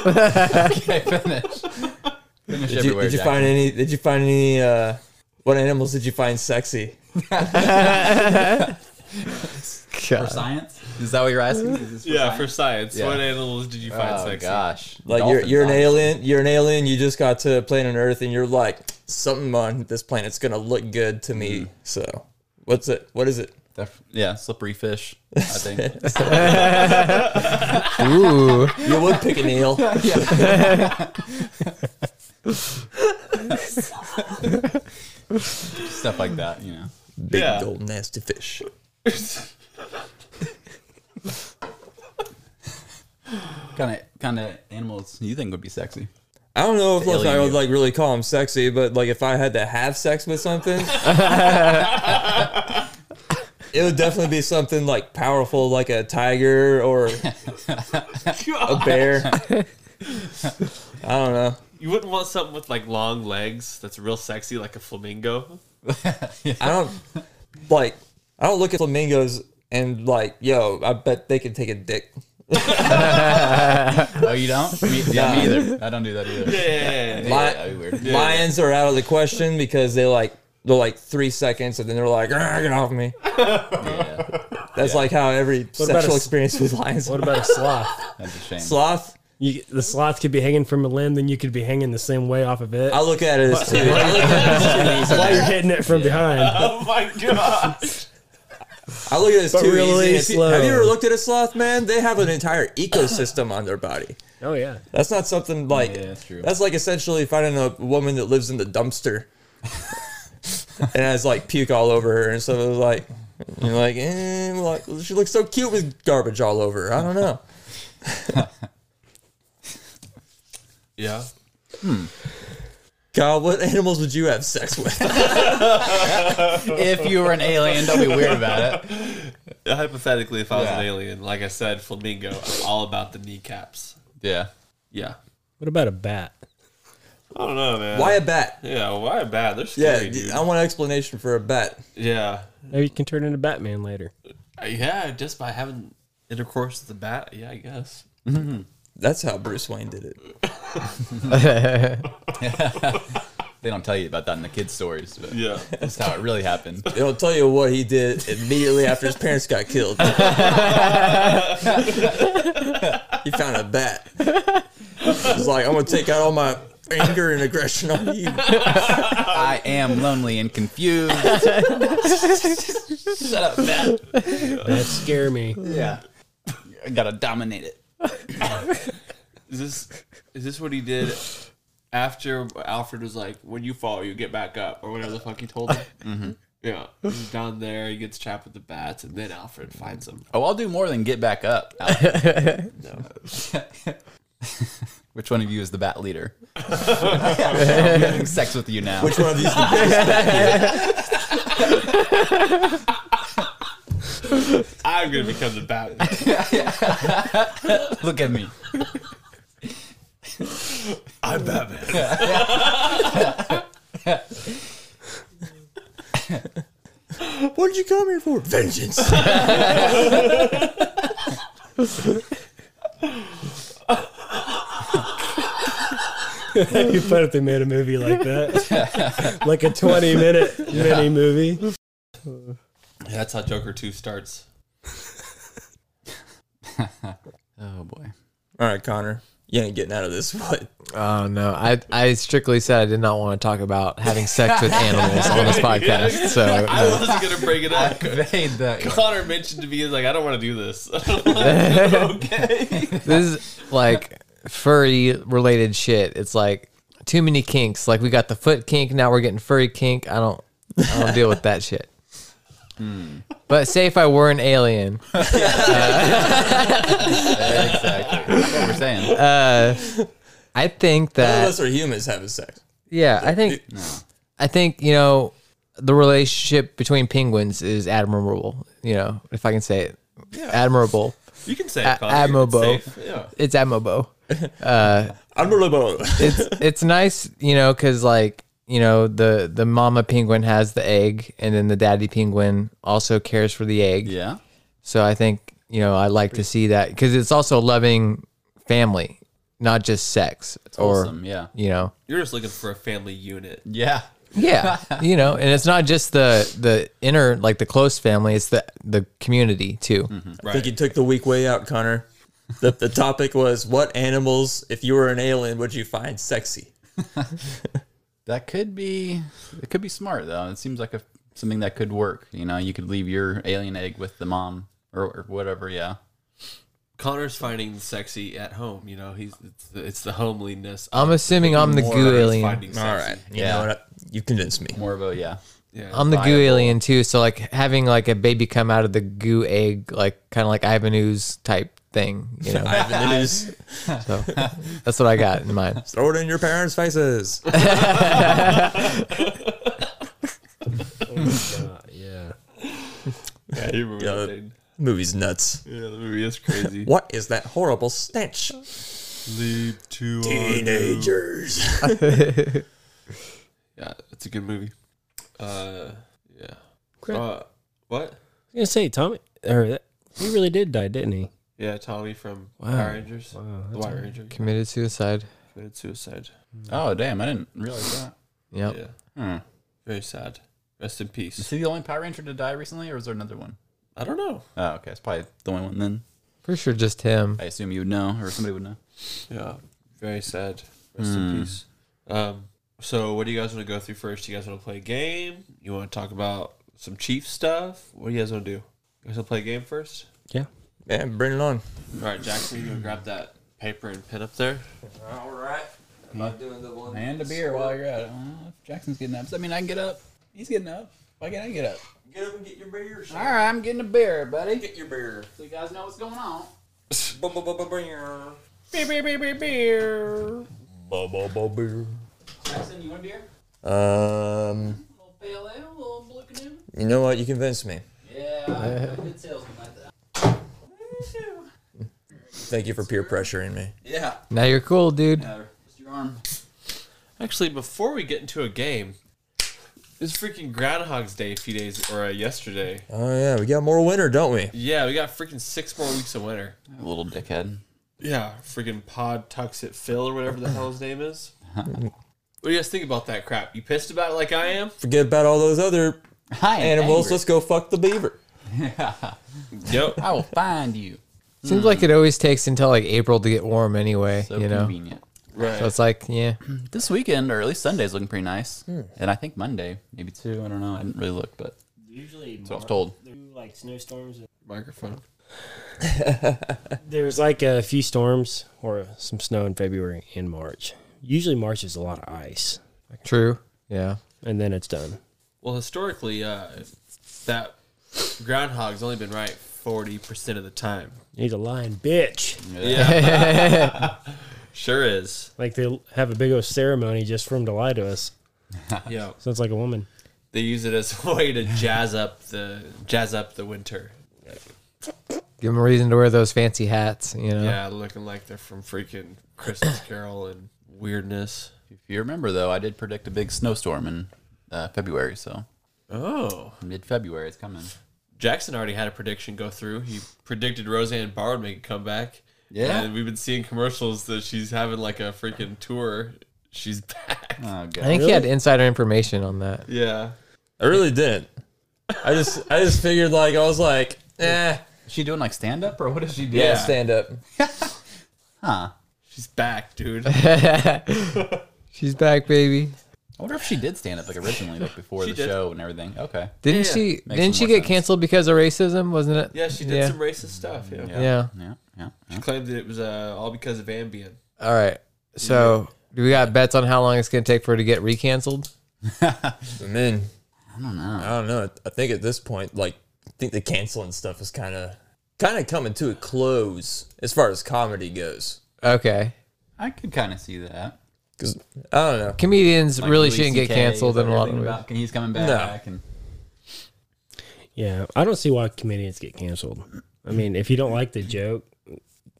Okay, finish. finish Did you, everywhere. did you Jackson. find any? Did you find any? Uh, what animals did you find sexy? For science? Is that what you're asking? Is this for Yeah, science? for science. Yeah. What animals did you find Oh, sexy? gosh. Like Dolphins, you're you're an obviously. alien. You're an alien. You just got to planet Earth, and you're like something on this planet's gonna look good to me. So what's it? What is it? Def- yeah, slippery fish, I think. Ooh. You would pick an eel. Stuff like that, you know. Big Yeah. old nasty fish. Kind of kind of animals you think would be sexy. I don't know if like, alien I would you. like really call them sexy, but like if I had to have sex with something, it would definitely be something like powerful, like a tiger or a bear. I don't know. You wouldn't want something with like long legs that's real sexy, like a flamingo. I don't like. I don't look at flamingos and like, yo, I bet they can take a dick. Oh, you don't? Me, yeah, me either. I don't do that either. Yeah, Yeah. that'd be weird. Lions are out of the question because they like they're like three seconds and then they're like, "Argh, get off me. Yeah, That's like how every about sexual a s- experience with lions. What about a sloth? that's a shame. Sloth. You, the sloth could be hanging from a limb, then you could be hanging the same way off of it. I look at it as two. I look at it as two easy. While you're hitting it from behind, Oh my gosh. I look at it as But two really easy. If you- slow. Have you ever looked at a sloth, man? They have an entire ecosystem on their body. oh yeah, That's not something like Yeah, that's true. That's like essentially finding a woman that lives in the dumpster and has like puke all over her, and so it was like, you're like, eh, well, like, she looks so cute with garbage all over. her. I don't know. Yeah. Kyle, what animals would you have sex with? if you were an alien, don't be weird about it. Hypothetically, if I was an Yeah. alien, like I said, flamingo, I'm all about the kneecaps. Yeah. Yeah. what about a bat? I don't know, man. Why a bat? Yeah, why bad? They're Yeah, scary, dude. I want an explanation for a bat. yeah. Maybe you can turn into Batman later. Uh, Yeah, just by having intercourse with the bat. Yeah, I guess. That's how Bruce Wayne did it. They don't tell you about that in the kids' stories, but Yeah. that's how it really happened. They don't tell you what he did immediately after his parents got killed. he found a bat. He's like, I'm gonna take out all my anger and aggression on you. I am lonely and confused. Shut up, Matt. That scare me. Yeah. I gotta dominate it. Is this is this what he did after Alfred was like, "When you fall, you get back up," or whatever the fuck he told him? mm-hmm. Yeah, he's down there. He gets trapped with the bats, and then Alfred finds him. Oh, I'll do more than get back up. Which one of you is the bat leader? I'm having sex with you now. Which one of these is the biggest I'm gonna become the bat. Look at me. I'm Batman. What did you come here for? Vengeance. You put if they made a movie like that, like a 20 minute mini movie. That's how Joker Two starts. Oh boy. All right, Connor. You ain't getting out of this. What? Oh no. I I strictly said I did not want to talk about having sex with animals on this podcast. So I no. wasn't gonna bring it up. Evade that. Connor mentioned to me, he's like, "I don't want to do this." okay. this is like furry related shit. It's like too many kinks. Like we got the foot kink, now we're getting furry kink. I don't I don't deal with that shit. But say if I were an alien, Exactly. That's what we're saying. Uh, I think None of that us are humans having sex. yeah, I think I think you know the relationship between penguins is admirable. You know, if I can say it, admirable. You can say A- it, Connor. admirable. It's safe. Yeah. It's admirable. I'm really about it's it's nice, you know, because like you know the the mama penguin has the egg, and then the daddy penguin also cares for the egg. Yeah. So I think you know I like to see that because it's also a loving family, not just sex or Awesome. Yeah. you know You're just looking for a family unit. Yeah. yeah you know and it's not just the the inner like the close family it's the the community too Mm-hmm. I think you took the weak way out, Connor. The, the topic was what animals, if you were an alien, would you find sexy? That could be. It could be smart though. It seems like a something that could work. You know, you could leave your alien egg with the mom or, or whatever. Yeah. Connor's finding sexy at home. You know, he's it's, the- it's the homeliness. i'm assuming i'm the More goo than it's alien finding sexy. You Yeah. know what? You convinced me. More of a yeah. Yeah. i'm the goo alien too so like having like a baby come out of the goo egg like kind of like ivan ooze type thing you know Ivan the News. so that's what i got in mind Throw it in your parents' faces. yeah. yeah, you remember Yeah. that thing. Movie's nuts. yeah, the movie is crazy. What is that horrible stench? Leap to Teenagers. Yeah, it's a good movie. Uh, yeah. Uh, what? I was gonna say Tommy, or that, he really did die, didn't he? Yeah, Tommy from Wow. Power Rangers. Wow, the that's White Ranger committed suicide committed suicide. Oh damn! I didn't realize that. yep Yeah, Hmm. very sad. Rest in Is peace. he the only Power Ranger to die recently, or was there another one? I don't know. Oh, okay. It's probably the only one then. for sure just him I assume you would know, or somebody would know. Yeah, very sad. Rest in peace. Um, so what do you guys want to go through first? You guys want to play a game? You want to talk about some Chief stuff? What do you guys want to do? You guys want to play a game first? Yeah. Yeah, bring it on. All right, Jackson, you gonna grab that paper and pen up there? All right. I'm not doing the one. And a beer while you're at it. Uh, if Jackson's getting up. I mean, I can get up. He's getting up. Why can't I get up? Get up and get your beers. All right, I'm getting a beer, buddy. Get your beer. So you guys know what's going on. Bum, bum, bum, bum, beer. Beer, beer, beer, beer, beer. Bum, bum, bum, beer. Jackson, you want a beer? Um, A little pale ale, a little blue canoe. you know what? You convinced me. Yeah, I'm a good salesman like that. Thank you for peer pressuring me. Yeah. now you're cool dude Uh, just your arm. Actually, before we get into a game, it's freaking Groundhog's Day a few days or uh, yesterday. Oh yeah, we got more winter, don't we? Yeah, we got freaking six more weeks of winter. Little dickhead. Yeah, freaking Pod Tucks at Phil or whatever the hell his name is. what do you guys think about that crap? You pissed about it like I am? Forget about all those other Hi, animals. Let's go fuck the beaver. Yep. I will find you. Seems like it always takes until like April to get warm anyway, So you know? convenient. So it's like, yeah. This weekend, or at least Sunday's looking pretty nice. Hmm. And I think Monday, maybe two. I don't know. I didn't really look, but Usually, so I was told. like snowstorms. Microphone. There's like a few storms or some snow in February and March. Usually, March is a lot of ice, True. Yeah. and then it's done. Well, historically, uh, that groundhog's only been right 40% of the time. He's a lying bitch. Yeah. sure is. Like they have a big old ceremony just for him to lie to us. Yeah. Sounds like a woman. They use it as a way to jazz up the jazz up the winter. Give them a reason to wear those fancy hats, you know? Yeah, looking like they're from freaking Christmas Carol and weirdness. If you remember, though, I did predict a big snowstorm in uh, February, so Oh. mid February it's coming. Jackson already had a prediction go through. He predicted Roseanne Barr would make a comeback. Yeah? And we've been seeing commercials that she's having like a freaking tour. She's back. Oh, God. I think he had insider information on that. Yeah. I really didn't. I just, I just figured like I was like, eh, Is she doing like stand up, or what is she doing? yeah, stand up. Huh. She's back, dude. She's back, baby. I wonder if she did stand up like originally, like before She the did. show and everything. Okay. Didn't Yeah, she makes didn't some she more get sense. canceled because of racism, wasn't it? Yeah, she did Yeah. some racist stuff. Yeah. Yeah. Yeah. Yeah. She claimed that it was uh, all because of Ambien. All right. So do we got bets on how long it's gonna take for her to get recanceled? I mean, I don't know. I don't know. I think at this point, like, I think the canceling stuff is kind of, kind of coming to a close as far as comedy goes. Okay. I could kind of see that. Because I don't know. Comedians Like really Louis shouldn't get CK, canceled in a lot of everything ways. about- He's coming back. And Yeah, I don't see why comedians get canceled. I mean, if you don't like the joke,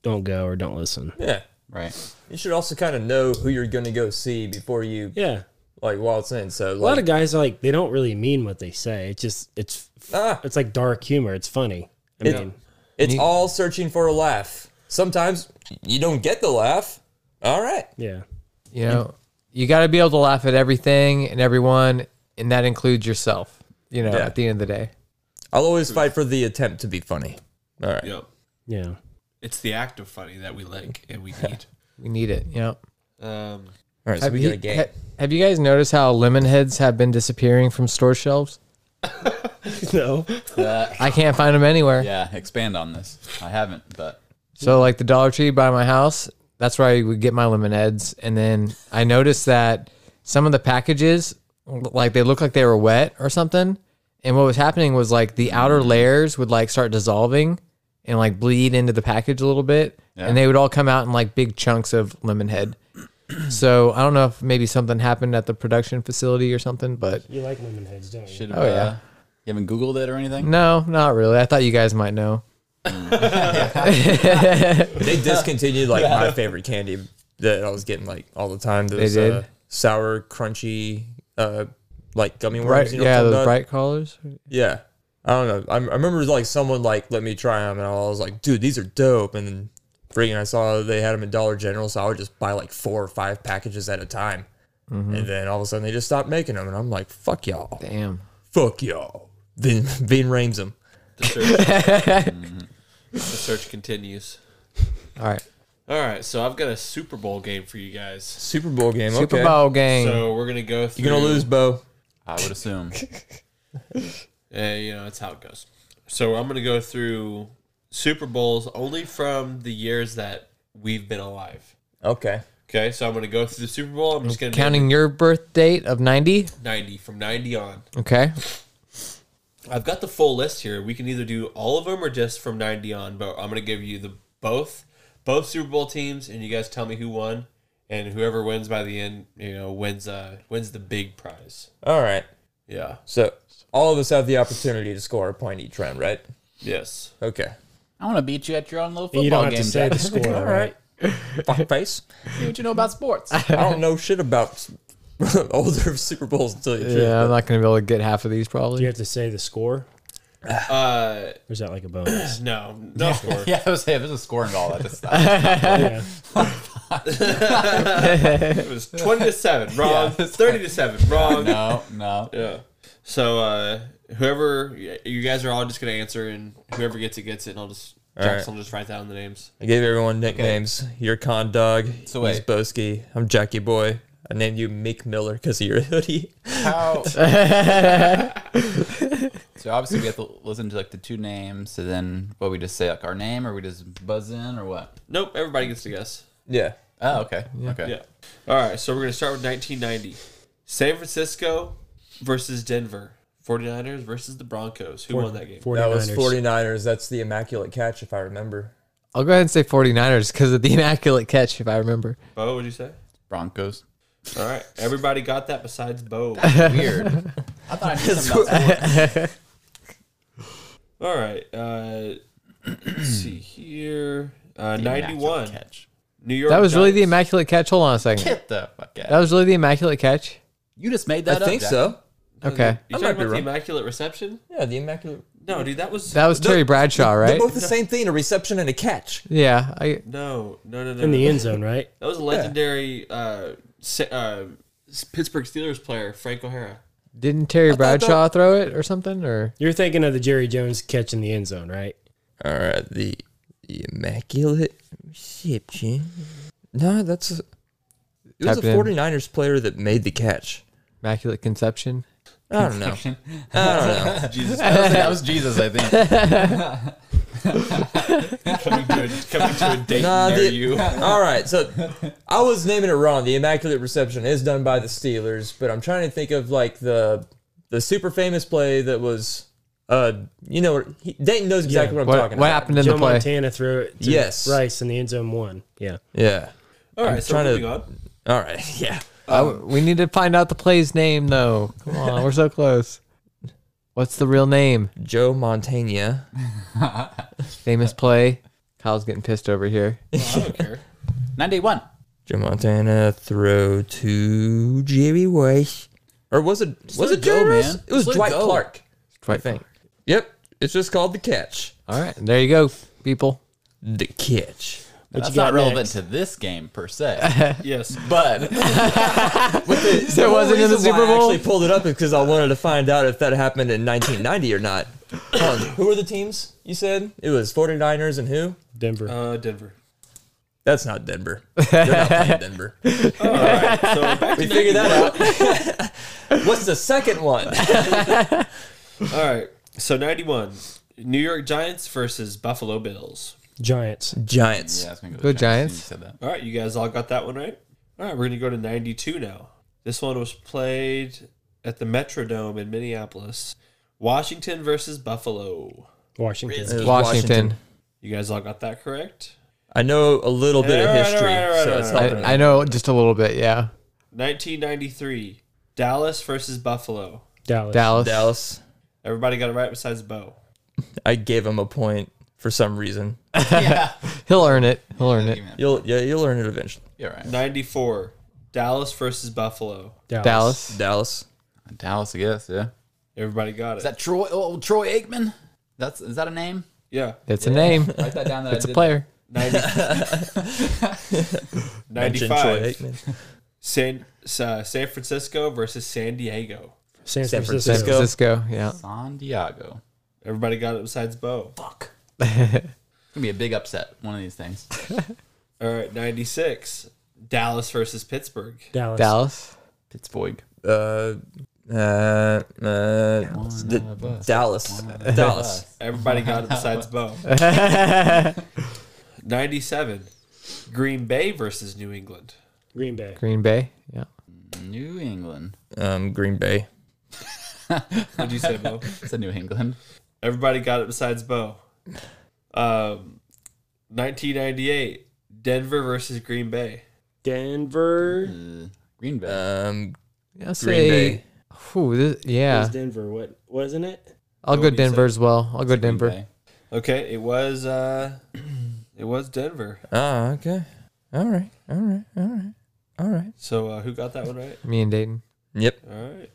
don't go or don't listen. Yeah. Right. You should also kind of know who you're going to go see before you Yeah. like waltz in. A So lot like, of guys like they don't really mean what they say. It's just it's Ah. it's like dark humor. It's funny. I It- mean, it's all searching for a laugh. Sometimes you don't get the laugh. All right. yeah. You know, you got to be able to laugh at everything and everyone, and that includes yourself. You know, Yeah. at the end of the day, I'll always fight for the attempt to be funny. All right. Yep. Yeah. It's the act of funny that we like and we need. we need it. You know. um, All right. So we you, got a game. ha- have you guys noticed how lemon heads have been disappearing from store shelves? No. I can't find them anywhere. Yeah. Expand on this. I haven't, but So like the Dollar Tree by my house, that's where I would get my lemon heads. And then I noticed that some of the packages, like they looked like they were wet or something. And what was happening was like the outer layers would like start dissolving and like bleed into the package a little bit. And they would all come out in like big chunks of lemon head. So I don't know if maybe something happened at the production facility or something, but You like lemon heads, don't you? should have. Oh, yeah. uh, you haven't Googled it or anything? no, not really. I thought you guys might know. They discontinued like my favorite candy that I was getting like all the time. Those, did? Uh, sour, crunchy, uh, like gummy worms. Right? you know yeah, what those I'm talking about? bright colors. Yeah. I don't know. I, I remember like someone like let me try them, and I was like, dude, these are dope. And then freaking, I saw they had them at Dollar General, so I would just buy like four or five packages at a time. Mm-hmm. And then all of a sudden they just stopped making them, and I'm like, fuck y'all, Damn. fuck y'all. Vin Vin reams them. the, search, the search continues. All right. All right, so I've got a Super Bowl game for you guys. Super Bowl game. Super okay. Bowl game. So we're gonna go. Through, You're gonna lose, Bo. I would assume. Eh, you know, that's how it goes. So I'm gonna go through Super Bowls only from the years that we've been alive. Okay. Okay, so I'm gonna go through the Super Bowl. I'm just gonna name Counting your birth date of 90. it 90 from 90 on. Okay. I've got the full list here. We can either do all of them or just from 90 on, but I'm going to give you the both both Super Bowl teams and you guys tell me who won and whoever wins by the end, you know, wins uh wins the big prize. All right. Yeah. So all of us have the opportunity to score a point each round, right? Yes. Okay. I want to beat you at your own little football And you don't have game. to say Jack. the score. All right. Fuck face. See what you know about sports. I don't know shit about older Super Bowls until you Yeah, I'm not going to be able to get half of these Do you probably. have to say the score? Uh Or is that like a bonus? no, no score. yeah, I was saying, there's a score involved. I just yeah. It was 20 to 7, wrong. 30 to 7, wrong. no, no. Yeah. So uh whoever you guys are all just going to answer and whoever gets it gets it and I'll just Jackson will just write down the names. I gave everyone nicknames. You're Con Dog. So wait. He's Boski. I'm Jackie Boy. I named you Meek Miller because of your hoodie. How? so obviously we have to listen to like the two names, and then what we just say like our name, or we just buzz in, or what? Nope, everybody gets to guess. Yeah. Oh, okay, okay. Yeah. All right. So we're going to start with 1990. San Francisco versus Denver. 49ers versus the Broncos. Who won that game? 49ers. That was 49ers. That's the immaculate catch, if I remember. I'll go ahead and say 49ers because of the immaculate catch, if I remember. Bo, what'd you say? Broncos. All right. Everybody got that besides Bo. Weird. I thought I knew something about sports. All right. Uh, let's see here. Uh, Immaculate 91. Catch. New York. That was really the Giants. immaculate catch. Hold on a second. Get the fuck out. That was really the immaculate catch. you just made that I up. think Jack. so. Okay. You talking might be about the wrong. immaculate reception? Yeah, the immaculate. No, dude. That was That was Terry Bradshaw, They're right? both the same thing: a reception and a catch. Yeah. I no, no, no, no. in no. the end zone, right? that was a legendary uh, Sa- uh, Pittsburgh Steelers player, Frank O'Hara. didn't Terry Bradshaw throw it or something or You're thinking of the Jerry Jones catch in the end zone, right? All right, the, the immaculate reception. No, that's. A, it was Type a it in. 49ers player that made the catch. immaculate conception? I don't know. Jesus That was Jesus, I think. coming to a, coming to a date Nah, near the- you. All right, so I was naming it wrong. The Immaculate Reception is done by the Steelers, but I'm trying to think of like the the super famous play that was, uh, you know, he, Dayton knows exactly what I'm What, talking what about. happened in Joe the play? Montana threw it to Yes. Rice in the end zone one. Yeah. Yeah. All right, so trying to- moving on. All right. Yeah. I- we need to find out the play's name though. Come on, we're so close. What's the real name? Joe Montana. Famous play. Kyle's getting pissed over here. I don't care. 91. Jim Montana throw to Jerry Rice, or was it was let it it go, Jerry Rice? man. It was Just let Dwight it go. Clark. I think. Yep, it's just called the catch. All right, there you go, people. The catch. What That's you got not relevant next? to this game per se, Yes. but So it wasn't in the reason Super why Bowl. I actually pulled it up because I wanted to find out if that happened in 1990 or not. Hold on, who were the teams you said? It was 49ers and who? Denver. Um, Uh, Denver. That's not Denver. They're not playing Denver. So back We figured that out. What's the second one? All right. So 91, New York Giants versus Buffalo Bills. Giants. Giants. yeah, I was gonna go, Go with Giants. Giants. You said that. All right, you guys all got that one right? All right, we're going to go to 92 now. This one was played at the Metrodome in Minneapolis. Washington versus Buffalo. Washington. It was Washington. You guys all got that correct? I know a little bit All of right, history, all right, all right, so all it's right. helping. I, I know just a little bit. Yeah, 1993, Dallas versus Buffalo. Dallas. Dallas. Dallas. Everybody got it right besides Bo. I gave him a point for some reason. He'll earn it. He'll earn it. You'll yeah, you'll learn it eventually. You're right. 94, Dallas versus Buffalo. Dallas. Dallas. Dallas. Dallas, I guess. Yeah. Everybody got it. Is that Troy? Oh, Troy Aikman. That's is that a name? yeah. That's a name. Write that down. That It's a player. 90, Mention Troy 95, Aikman. San, uh, San Francisco versus San Diego. San, San Francisco. San Francisco. Francisco. Yeah. San Diego. Everybody got it besides Bo. Fuck. it's gonna be a big upset. One of these things. All right, 96. Dallas versus Pittsburgh. Dallas. Dallas. Pittsburgh. Uh, uh, uh, the- of us. Dallas. Dallas. Everybody got it besides Bo. 97. Green Bay versus New England. Green Bay. Green Bay. Yeah. New England. Um, Green Bay. What'd you say, Bo? It's a New England. Everybody got it besides Bo. Um, 1998. Denver versus Green Bay. Denver. Uh, Green Bay. Um, Yeah, Green Bay. say. Ooh, this, yeah. It's Denver. What wasn't it? I'll what go do you Denver as well. I'll go Green Denver. Bay. Okay, it was uh, it was Denver. Ah, okay. All right. All right. All right. All right. So uh, who got that one right? Me and Dayton. Yep. All right.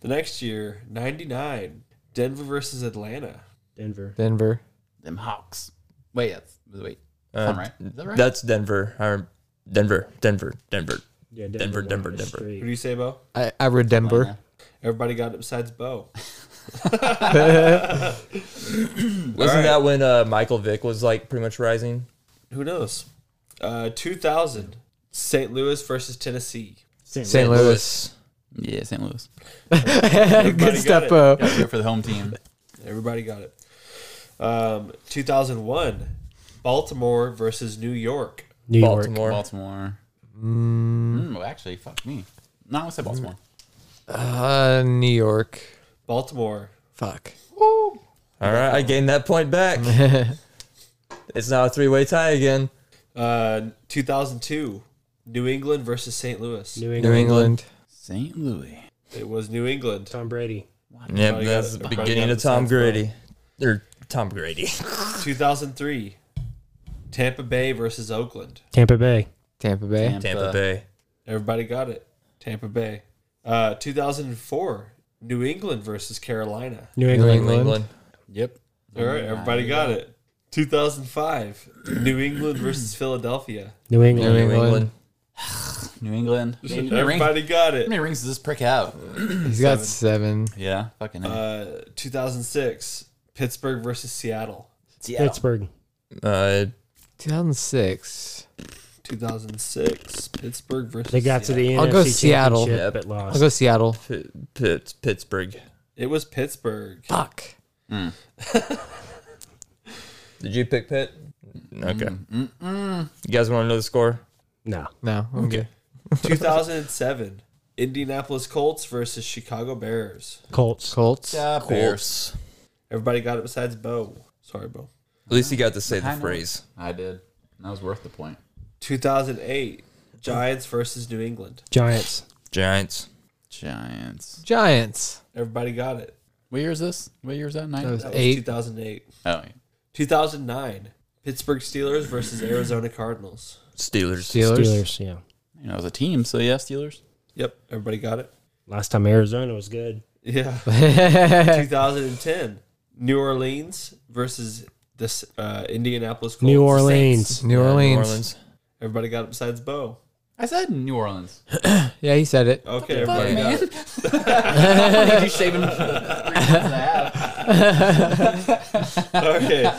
The next year, 99. Denver versus Atlanta. Denver. Denver. Them Hawks. Wait, that's wait. Uh, Sound right? Is that right? That's Denver. Or Denver. Denver. Denver. Yeah, Denver, down Denver, the Denver. street. What do you say, Bo? I, I remember. Atlanta. Everybody got it besides Bo. Wasn't right. that when uh, Michael Vick was like pretty much rising? Who knows? Uh, 2000, St. Louis versus Tennessee. St. Louis. Yeah, St. Louis. Everybody Good got stuff, it. Bo. Gotta go for the home team. Everybody got it. Um, 2001, Baltimore versus New York. New York. Baltimore. Baltimore. Mm, well, actually, fuck me. No, I said Baltimore. Uh, New York. Baltimore. Fuck. All right, I gained that point back. it's now a three-way tie again. Uh, 2002, New England versus St. Louis. New New England. England. St. Louis. It was New England. Tom Brady. Yep, Everybody got it. that's Oh, the Everybody beginning got of it Tom besides Bo. Grady. Or Tom Grady. 2003, Tampa Bay versus Oakland. Tampa Bay. Tampa Bay. Tampa Bay. Everybody got it. Tampa Bay. Uh, 2004, New England versus Carolina. New New England. England. Yep. All right, everybody got it. 2005, New England versus Philadelphia. New England. New New England. England. New England. How many rings- how Everybody got it. many rings does this prick have? He's got seven. Yeah, fucking A. Uh, 2006, Pittsburgh versus Seattle. Seattle. Pittsburgh. Uh, 2006. 2006, Pittsburgh versus. They got to Seattle. the I'll NFC go Seattle. Championship, Yep. but I'll lost. go Seattle. P- Pitts, Pittsburgh. It was Pittsburgh. Fuck. Did you pick Pitt? Okay. You guys want to know the score? no. No. Okay. 2007, Indianapolis Colts versus Chicago Bears. Colts. Colts. Yeah, Bears. Colts. Everybody got it besides Bo. Sorry, Bo. At least you got to say I the know. phrase. I did. That was worth the point. 2008, Giants versus New England. Giants. Giants. Giants. Giants. Everybody got it. What year is this? What year is that? Nine? That was That was eight. 2008. oh, yeah. 2009, Pittsburgh Steelers versus Arizona Cardinals. Steelers. Steelers. Steelers, yeah. You know, as a team. So yeah, Steelers. Yep, everybody got it. Last time Arizona was good. Yeah. 2010, New Orleans versus this uh, Indianapolis Colts. New Orleans. New, Yeah, Orleans. Everybody got it besides Bo. I said New Orleans. Yeah, he said it. Okay, everybody got it. Did you shave him? Okay.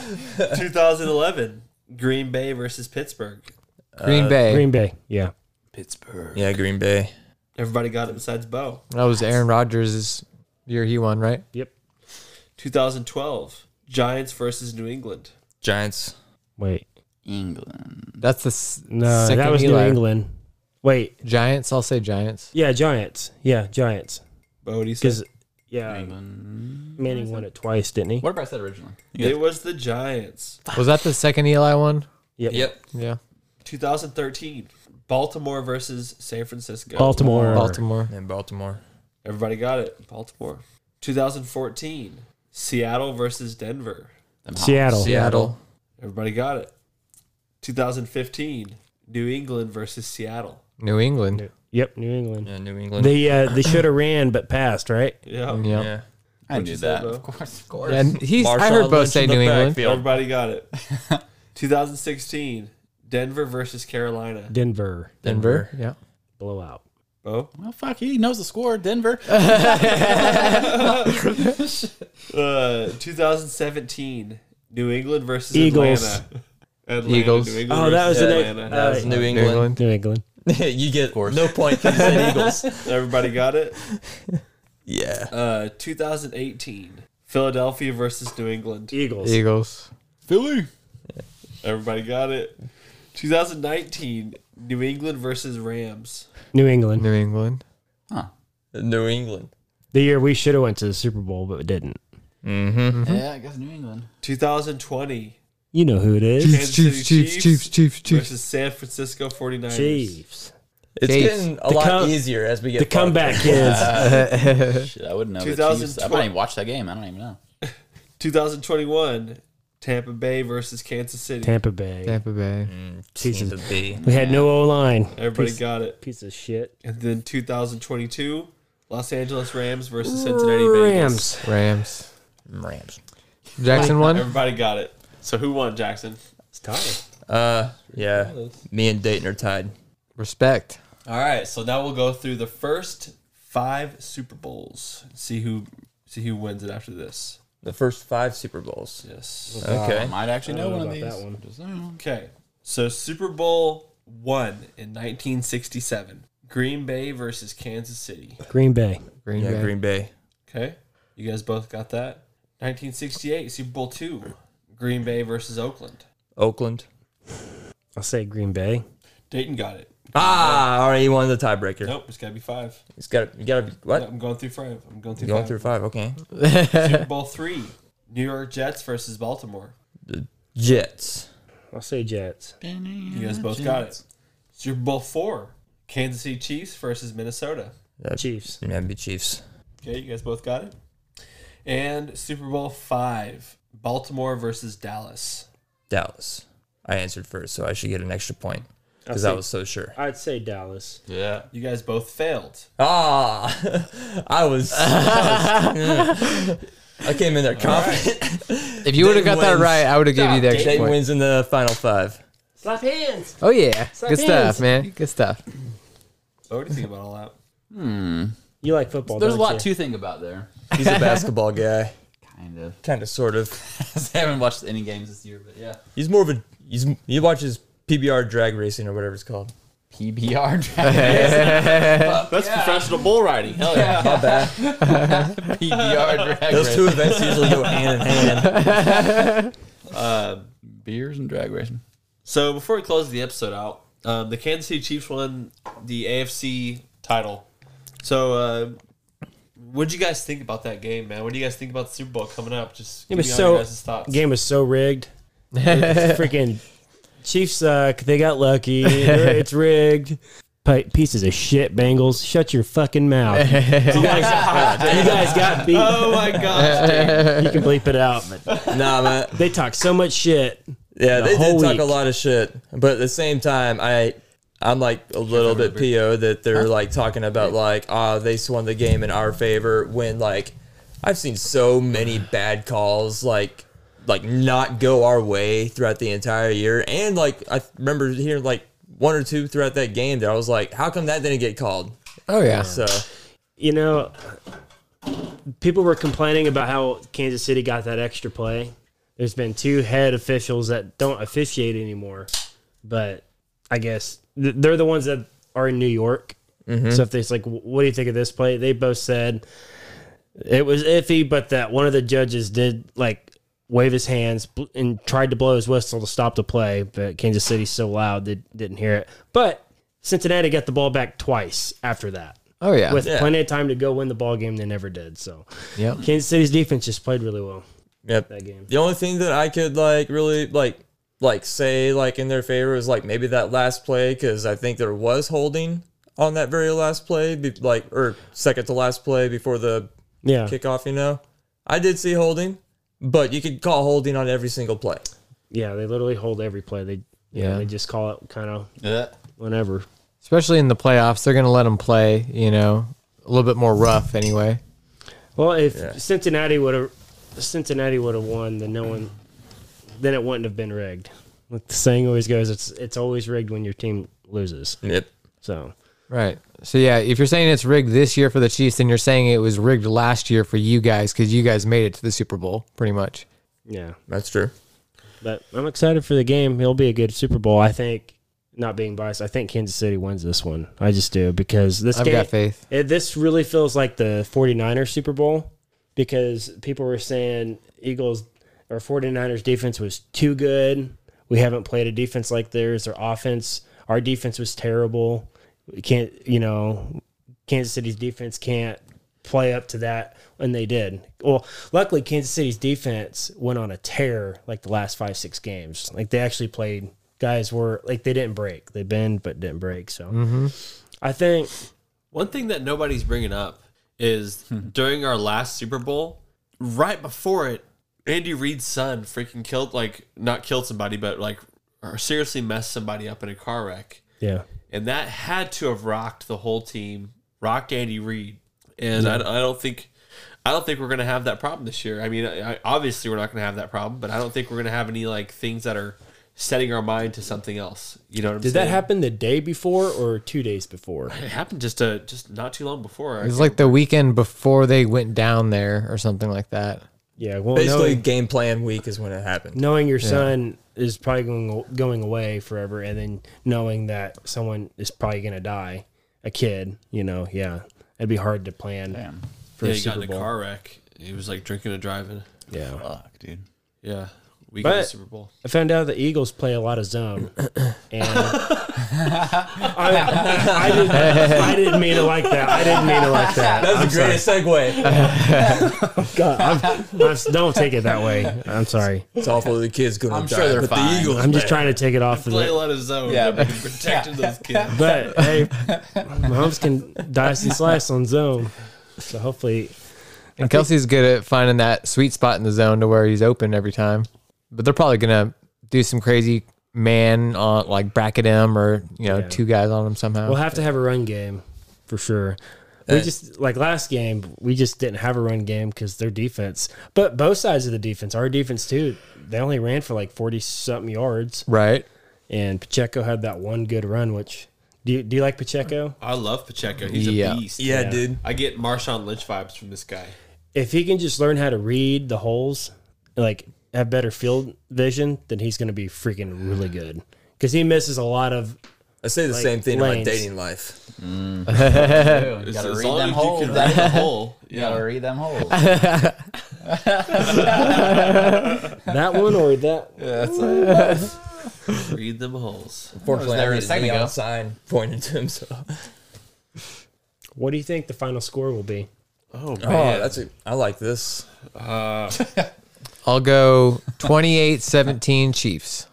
2011, Green Bay versus Pittsburgh. Green Bay. Green Bay, yeah. Pittsburgh. Yeah, Green Bay. Everybody got it besides Bo. That was Aaron Rodgers' year he won, right? Yep. 2012, Giants versus New England. Giants. Wait, England. That's the s- no, second that was New Eli. England. Wait, Giants. I'll say Giants. yeah, Giants. Yeah, Giants. Bo, what do you say? Because yeah, England. Manning won it twice, didn't he? What about I said originally? It was the Giants. Was that the second Eli one? Yep. Yeah. 2013, Baltimore versus San Francisco. Baltimore. Baltimore. And Baltimore. Everybody got it. Baltimore. 2014, Seattle versus Denver. Them hot- Seattle. Seattle. Everybody got it. 2015, New England versus Seattle. New England. Yep, New England. Yeah, New England. They uh, they should have ran but passed, right? Yeah. Yeah. yeah. I What'd knew you that. say, Bo? Of course. Of course. And he's. I Marshawn heard both Lynch say in the New England. backfield. Everybody got it. 2016, Denver versus Carolina. Denver Denver. Yeah. blowout. Bo? Well, fuck. He knows the score. Denver. Uh, 2017, New England versus Eagles. Atlanta. Atlanta, Eagles. New England Oh, that versus was the next- Atlanta. That was New New England. England. New England. you get no point for the Eagles. Everybody got it. Yeah. Uh, 2018, Philadelphia versus New England. Eagles. Eagles. Philly. Everybody got it. 2019, New England versus Rams. New England. New England. New England. The year we should have went to the Super Bowl but didn't. Mm-hmm. Mm-hmm. Yeah, I guess New England. 2020, You know who it is. Kansas City Chiefs. versus San Francisco 49ers. Chiefs. It's Chiefs. getting a The lot come- easier as we get The comeback kids. Shit, I wouldn't know. The Chiefs. 2012. I might even watch that game. I don't even know. 2021, Tampa Bay versus Kansas City. Tampa Bay. Tampa Bay. Mm. Pieces- Tampa Bay. We had no O line. Everybody piece, got it. piece of shit. And then 2022, Los Angeles Rams versus Cincinnati Bengals. Rams. Rams. Rams. Jackson won. Everybody got it. So who won, Jackson? It's tied. Uh, yeah. Me and Dayton are tied. Respect. All right. So now we'll go through the first five Super Bowls. See who see who wins it after this. The first five Super Bowls. Yes. I Okay. might actually know, don't one know of these. about that one. Just saying. Okay. So Super Bowl one in 1967, Green Bay versus Kansas City. Green Bay. Green Yeah, Bay. Green Bay. Okay. You guys both got that. 1968, Super Bowl two, Green Bay versus Oakland. Oakland. I'll say Green Bay. Dayton got it. Ah, all right. You won the tiebreaker. Nope, it's got to be five. It's got. You gotta. Be, what? I'm going through five. I'm going through Going five. through five. Okay. Super Bowl three, New York Jets versus Baltimore. Jets. I'll say Jets. You Oh, guys both got it. Super Bowl four, Kansas City Chiefs versus Minnesota. Uh, Chiefs. Yeah, be Chiefs. Okay, you guys both got it. And Super Bowl five, Baltimore versus Dallas. Dallas. I answered first, so I should get an extra point because I see. was so sure. I'd say Dallas. Yeah. You guys both failed. Ah, I was. I, was- I came in there confident. If you would have got that wins. right, I would have gave you the extra Dayton point. wins in the final five. Slap hands. Oh yeah. Good hands. stuff, man. Good stuff. So what do you think about all that? You like football? There's a don't lot you? to think about there. He's a basketball guy, Kind of. kind of, sort of. I haven't watched any games this year, but yeah. He's more of a. He's he watches PBR drag racing or whatever it's called. PBR drag That's professional bull riding. Hell yeah. My bad. PBR drag Those two events usually go hand in hand. Beers and drag racing. So before we close the episode out, um, the Kansas City Chiefs won the AFC title. So uh, what did you guys think about that game, man? What do you guys think about the Super Bowl coming up? Just It give was me all so- your guys' thoughts. Game was so rigged. Freaking Chiefs suck. They got lucky. It's rigged. Pi- Pieces of shit, Bengals. Shut your fucking mouth. You guys got beat. oh my gosh. You can bleep it out. But Nah, man. they talk so much shit. Yeah, The they did whole talk week. a lot of shit, but at the same time, I I'm like a little bit po that they're like talking about like ah they swung the game in our favor when like I've seen so many bad calls like like not go our way throughout the entire year and like I remember hearing like one or two throughout that game that I was like how come that didn't get called Oh yeah. so you know, people were complaining about how Kansas City got that extra play. There's been two head officials that don't officiate anymore, but I guess th- they're the ones that are in New York. So if there's like, "Wh- what do you think of this play? They both said it was iffy, but that one of the judges did like wave his hands bl- and tried to blow his whistle to stop the play, but Kansas City's so loud they didn't hear it. But Cincinnati got the ball back twice after that Oh yeah. with plenty of time to go win the ball game. They never did. So Yep. Kansas City's defense just played really well yep that game. The only thing that I could like really like like say like in their favor is like maybe that last play because I think there was holding on that very last play, be, like or second to last play before the Yeah, kickoff. You know, I did see holding, but you could call holding on every single play. yeah. They literally hold every play. They yeah. Yeah. They just call it kind of Yeah. whenever. Especially in the playoffs, they're gonna let them play. You know, a little bit more rough anyway. Well, if Cincinnati would have Cincinnati would have won, then no one then it wouldn't have been rigged. Like the saying always goes, it's it's always rigged when your team loses. Yep. So Right. So yeah, if you're saying it's rigged this year for the Chiefs, then you're saying it was rigged last year for you guys because you guys made it to the Super Bowl, pretty much. yeah, That's true. but I'm excited for the game. It'll be a good Super Bowl, I think. Not being biased, I think Kansas City wins this one. I just do because this I've game got faith. It, this really feels like the 49ers Super Bowl because people were saying Eagles or 49ers defense was too good. We haven't played a defense like theirs. Their offense, our defense was terrible. We can't, you know, Kansas City's defense can't play up to that. And they did. Well, luckily, Kansas City's defense went on a tear like the last five, six games. Like they actually played, guys were like they didn't break. They bend, but didn't break. So I think One thing that nobody's bringing up is during our last Super Bowl, right before it, Andy Reid's son freaking killed, like, not killed somebody, but like or seriously messed somebody up in a car wreck. Yeah. And that had to have rocked the whole team, rocked Andy Reid. And I, I don't think. I don't think we're going to have that problem this year. I mean, I, I, obviously we're not going to have that problem, but I don't think we're going to have any like things that are setting our mind to something else. You know what I'm Did saying? that happen the day before or two days before? It happened just uh just not too long before. It was like the weekend before they went down there or something like that. Yeah. Well, Basically, knowing, game plan week is when it happened. knowing your son is probably going going away forever, and then knowing that someone is probably going to die, a kid, you know, yeah, it'd be hard to plan Damn. for yeah, a he got Super in a Bowl. car wreck. He was like drinking and driving. Yeah. Fuck, dude. Yeah, we got the But- Super Bowl. I found out the Eagles play a lot of zone, and I, I, didn't, I didn't mean it like that. I didn't mean it like that. That's I'm the greatest segue. sorry. I'm- don't take it that way. I'm sorry. it's awful. The kids going to I'm die, sure they're but fine. the Eagles. I'm just trying to take it off of Play the a lot of zone. Yeah, Yeah, but- protecting those kids. But hey, Mahomes can dice and slice on zone. So hopefully, And Kelsey's good at finding that sweet spot in the zone to where he's open every time. But they're probably gonna do some crazy man on like bracket him or you know two guys on him somehow. we'll have to have a run game for sure. We just like last game, we just didn't have a run game because their defense, but both sides of the defense, our defense too, they only ran for like 40 something yards. right? And Pacheco had that one good run, which do you, do you like Pacheco? I love Pacheco. He's Yeah. a beast. yeah, dude. I get Marshawn Lynch vibes from this guy. If he can just learn how to read the holes, like have better field vision, then he's going to be freaking really good. Because he misses a lot of I say the Like, same thing in my lanes. dating life. You As- gotta as read long them as you holes. can read the hole. You gotta read them holes. that one or that read them holes. Fortunately, there there a is second ago. neon sign pointing to himself. What do you think the final score will be? Oh man, Oh, that's a, I like this. I'll go 28-17 Chiefs.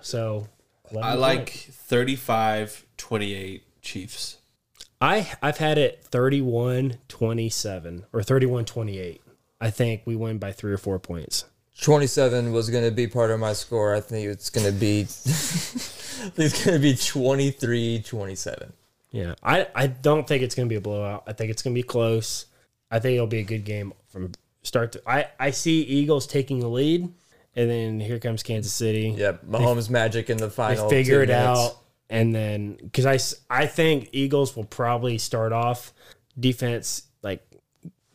So Hmm. I like 35-28 Chiefs. I I've had it 31-27 or 31-28. I think we win by 3 or 4 points. 27 was going to be part of my score. I think it's going to be I think it's going to be 23-27. Yeah, I, I don't think it's going to be a blowout. I think it's going to be close. I think it'll be a good game from start to. I, I see Eagles taking the lead, and then here comes Kansas City. Yeah, Mahomes magic in the They final. figure two it minutes. out, and then because I, s- I think Eagles will probably start off defense like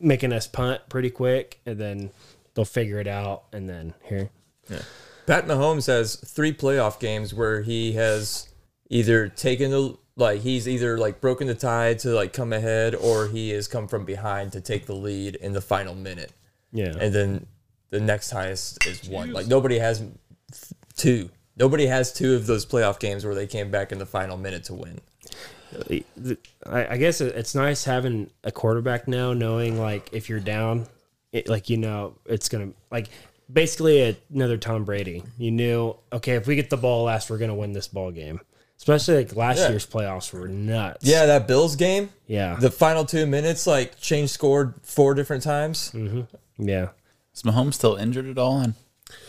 making us punt pretty quick, and then they'll figure it out, and then here Pat Mahomes has three playoff games where he has either taken the like he's either like broken the tie to like come ahead or he has come from behind to take the lead in the final minute. yeah And then the next highest is one. Like nobody has two. Nobody has two of those playoff games where they came back in the final minute to win. the- the- I, I guess it- it's nice having a quarterback now, knowing like if you're down, it, like you know it's gonna like basically another Tom Brady. You knew okay if we get the ball last, we're gonna win this ball game. Especially like last Yeah. year's playoffs were nuts. Yeah, that Bills game, yeah, the final two minutes, like change scored four different times. Mm-hmm. yeah. Is Mahomes still injured at all? I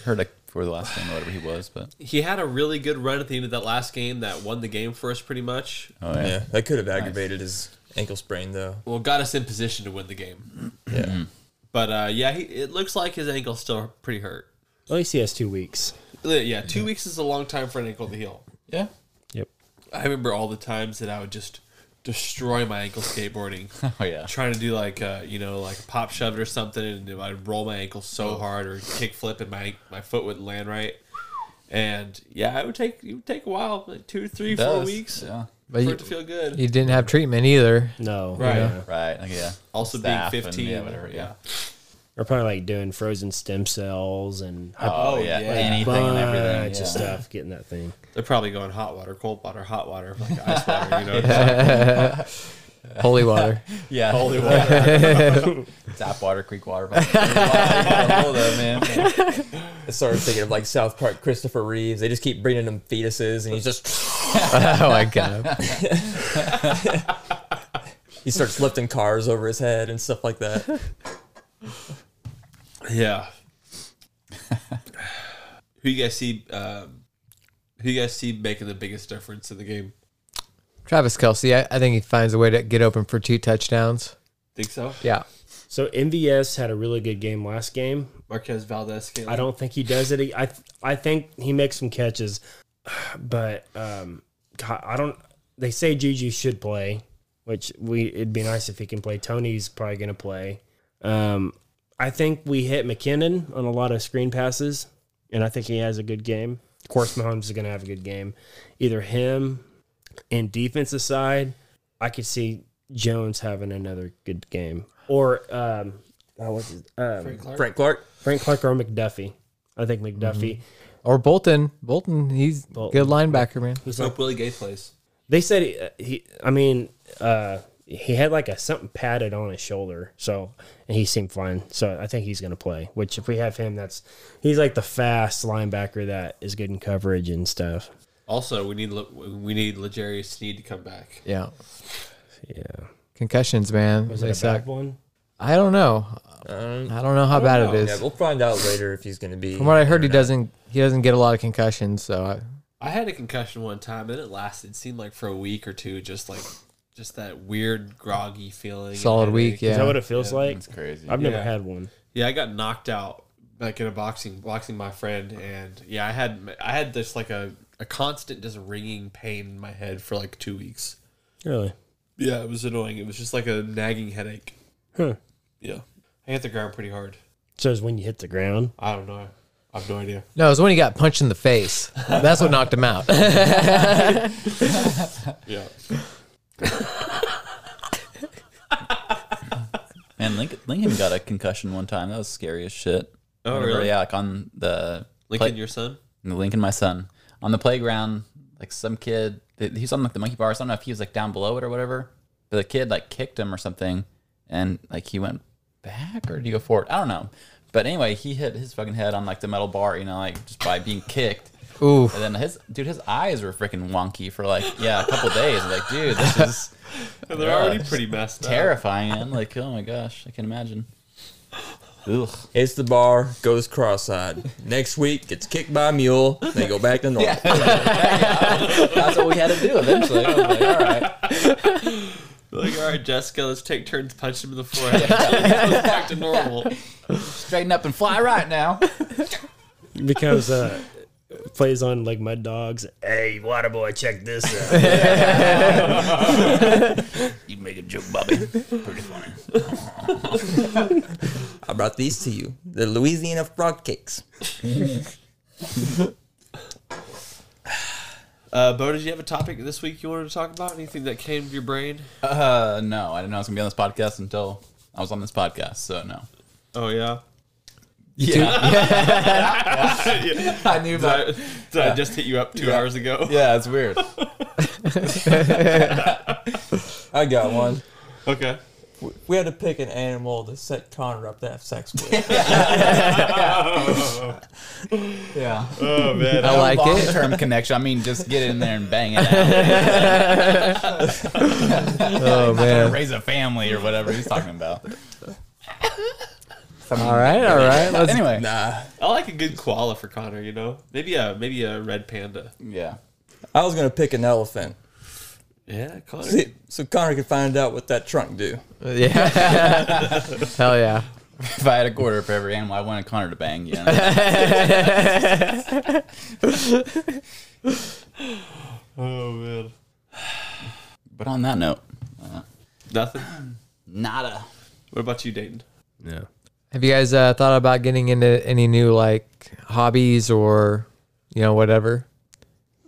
heard like for the last game or whatever he was, but He had a really good run at the end of that last game that won the game for us pretty much. oh yeah. Yeah, that could have aggravated his ankle sprain though. Well, got us in position to win the game. Yeah. But uh, yeah, he, it looks like his ankle's still pretty hurt. Uh, At least he has two weeks. Yeah, two weeks is a long time for an ankle to heal. yeah. Yep. I remember all the times that I would just destroy my ankle skateboarding, Oh yeah. trying to do like uh, you know like a pop shove it or something, and I'd roll my ankle so hard or kick flip, and my my foot wouldn't land right. And yeah, it would take it would take a while, like two, three, Does, four weeks Yeah. But for you, it to feel good. you didn't have treatment either. No. Right. yeah. Right. Like, yeah. also Staff being and, 15 yeah, whatever. Yeah. Or probably like doing frozen stem cells and Oh, yeah. yeah. Anything and everything. bunch Yeah. of stuff, getting that thing. They're probably going hot water, cold water, hot water, like ice water, you know. Holy water. Yeah. Holy water. Tap water, creek water. Hold up, man. I started thinking of like South Park, Christopher Reeves. They just keep bringing him fetuses, and he's just oh my god. he starts lifting cars over his head and stuff like that. Yeah. who you guys see? Um, who you guys see making the biggest difference in the game? Travis Kelsey, I, I think he finds a way to get open for two touchdowns. Think so? Yeah. So MVS had a really good game last game. Marquez Valdez. I don't think he does it. I I think he makes some catches, but um, God, I don't. They say Juju should play, which we it'd be nice if he can play. Tony's probably going to play. Um, I think we hit McKinnon on a lot of screen passes, and I think he has a good game. Of course, Mahomes is going to have a good game. Either him and defensive side, I could see Jones having another good game, or um, oh, what's his, um, Frank Clark, Frank Clark or McDuffie. I think McDuffie. Or Bolton. Bolton, he's Bolton. good linebacker, man. I hope Willie Gay plays. They said he, uh, he I mean, uh, he had like a something padded on his shoulder, so and he seemed fine. So I think he's going to play. Which if we have him, that's he's like the fast linebacker that is good in coverage and stuff. Also, we need Le- we need Legarius Sneed to come back. Yeah. Yeah, Concussions, man. was they it a suck. bad one? I don't know. I don't know how bad it Um, Yeah, is. we'll find out later if he's going to be. From what I heard, he doesn't he doesn't get a lot of concussions. So I, I had a concussion one time, and it lasted. It seemed like for a week or two, just like just that weird groggy feeling. and solid headache. week. Is that what Yeah. it feels like? It's crazy. I've never yeah. had one. Yeah, I got knocked out like in a boxing boxing my friend, and yeah, I had I had this like a a constant just ringing pain in my head for like two weeks. Really? Yeah, it was annoying. It was just like a nagging headache. Huh. Yeah, I hit the ground pretty hard. So it's when you hit the ground. I don't know. I have no idea. No, it was when he got punched in the face. That's what knocked him out. Yeah. Man, Lincoln, Lincoln got a concussion one time. That was scary as shit. Oh Whenever- really? Yeah, like on the Lincoln, your son? The Lincoln, my son, on the playground, like some kid, th- he was on like the monkey bars. I don't know if he was like down below it or whatever, but the kid like kicked him or something, and like he went back or did he go forward? I don't know. But anyway, he hit his fucking head on like the metal bar, you know, like just by being kicked. Ooh, And then his dude, his eyes were freaking wonky for like yeah, a couple days. I'm like, dude, this is They're already pretty messed up. terrifying. I'm like, oh my gosh, I can imagine. Ugh. Hits the bar, goes cross-eyed. Next week, gets kicked by a mule. They go back to normal. That's what we had to do eventually. I was like, all right. Like, all right, Jessica, let's take turns punching him in the forehead. Goes back to normal. Straighten up and fly right now. Becomes uh, plays on like Mud Dogs. Hey, Waterboy, check this out. You make a joke, Bobby. Pretty funny. I brought these to you. The Louisiana frog cakes. Uh, Bo, did you have a topic this week you wanted to talk about? Anything that came to your brain? Uh, no, I didn't know I was gonna be on this podcast until I was on this podcast. So no. Oh, yeah. Yeah, yeah. I knew Did I, about. did I just hit you up two hours ago? Yeah, it's weird. I got one. Okay. We had to pick an animal to set Connor up to have sex with. Yeah, Oh, man. I like long it. term connection. I mean, just get in there and bang it out, Oh and man. raise a family or whatever he's talking about. All right, all right. Let's Anyway, nah. I like a good koala for Connor, you know? Maybe a, maybe a red panda. yeah, I was gonna pick an elephant. Yeah, Connor. See, so Connor could find out what that trunk do. Yeah. Hell yeah. if I had a quarter for every animal, I wanted Connor to bang. You know? Oh, man. but on that note, Nothing? nada. What about you, Dayton? Yeah. Have you guys uh, thought about getting into any new like hobbies or you know whatever?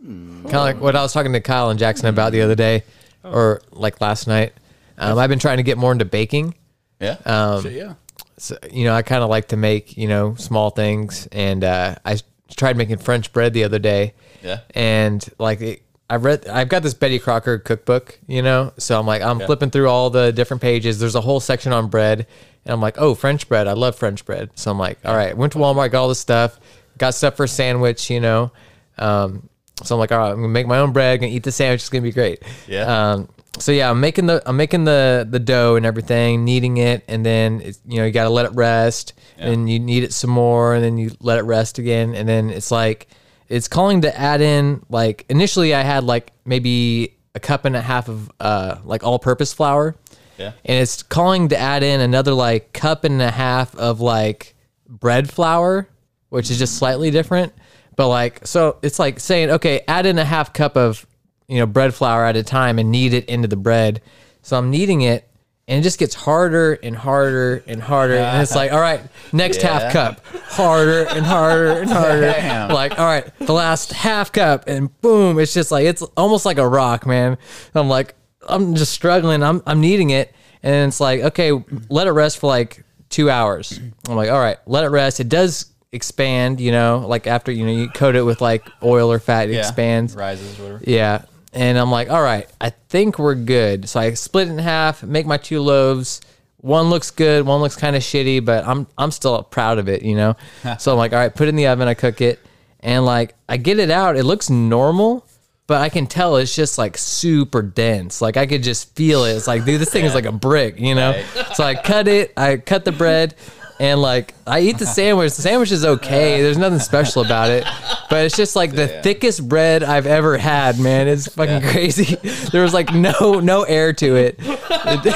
Kind of like what I was talking to Kyle and Jackson about the other day, or like last night. Um, I've been trying to get more into baking. Yeah, Um, Shit, yeah. so, you know, I kind of like to make you know small things, and uh, I s- tried making French bread the other day. Yeah. and like it, I read, I've got this Betty Crocker cookbook, you know, so I'm like, I'm flipping through all the different pages. There's a whole section on bread, and I'm like, oh, French bread, I love French bread. So I'm like, all right, went to Walmart, got all this stuff, got stuff for a sandwich, you know. Um, so I'm like, all right, I'm gonna make my own bread, gonna eat the sandwich, it's gonna be great. Yeah. Um, so yeah, I'm making the I'm making the the dough and everything, kneading it, and then it's, you know you got to let it rest, and then you knead it some more, and then you let it rest again, and then it's like it's calling to add in like initially I had like maybe a cup and a half of uh like all purpose flour, Yeah. and it's calling to add in another like cup and a half of like bread flour, which is just slightly different. But like, so it's like saying, okay, add in a half cup of, you know, bread flour at a time and knead it into the bread. So I'm kneading it and it just gets harder and harder and harder. And it's like, all right, next Yeah. half cup, harder and harder and harder. Damn. Like, all right, the last half cup and boom, it's just like, it's almost like a rock, man. I'm like, I'm just struggling. I'm, I'm needing it. And it's like, okay, let it rest for like two hours. I'm like, all right, let it rest. It does expand, you know, like after, you know, you coat it with like oil or fat, it Yeah. expands. rises, whatever. Yeah. And I'm like, all right, I think we're good. So I split it in half, make my two loaves. One looks good, one looks kind of shitty, but I'm I'm still proud of it, you know. so I'm like, all right, put it in the oven, I cook it, and like I get it out, it looks normal, but I can tell it's just like super dense. Like I could just feel it. It's like, dude, this thing is like a brick, you know. So I cut it, I cut the bread, and like I eat the sandwich. The sandwich is okay. There's nothing special about it, but it's just like the thickest bread I've ever had, man. It's fucking crazy. There was like no no air to it.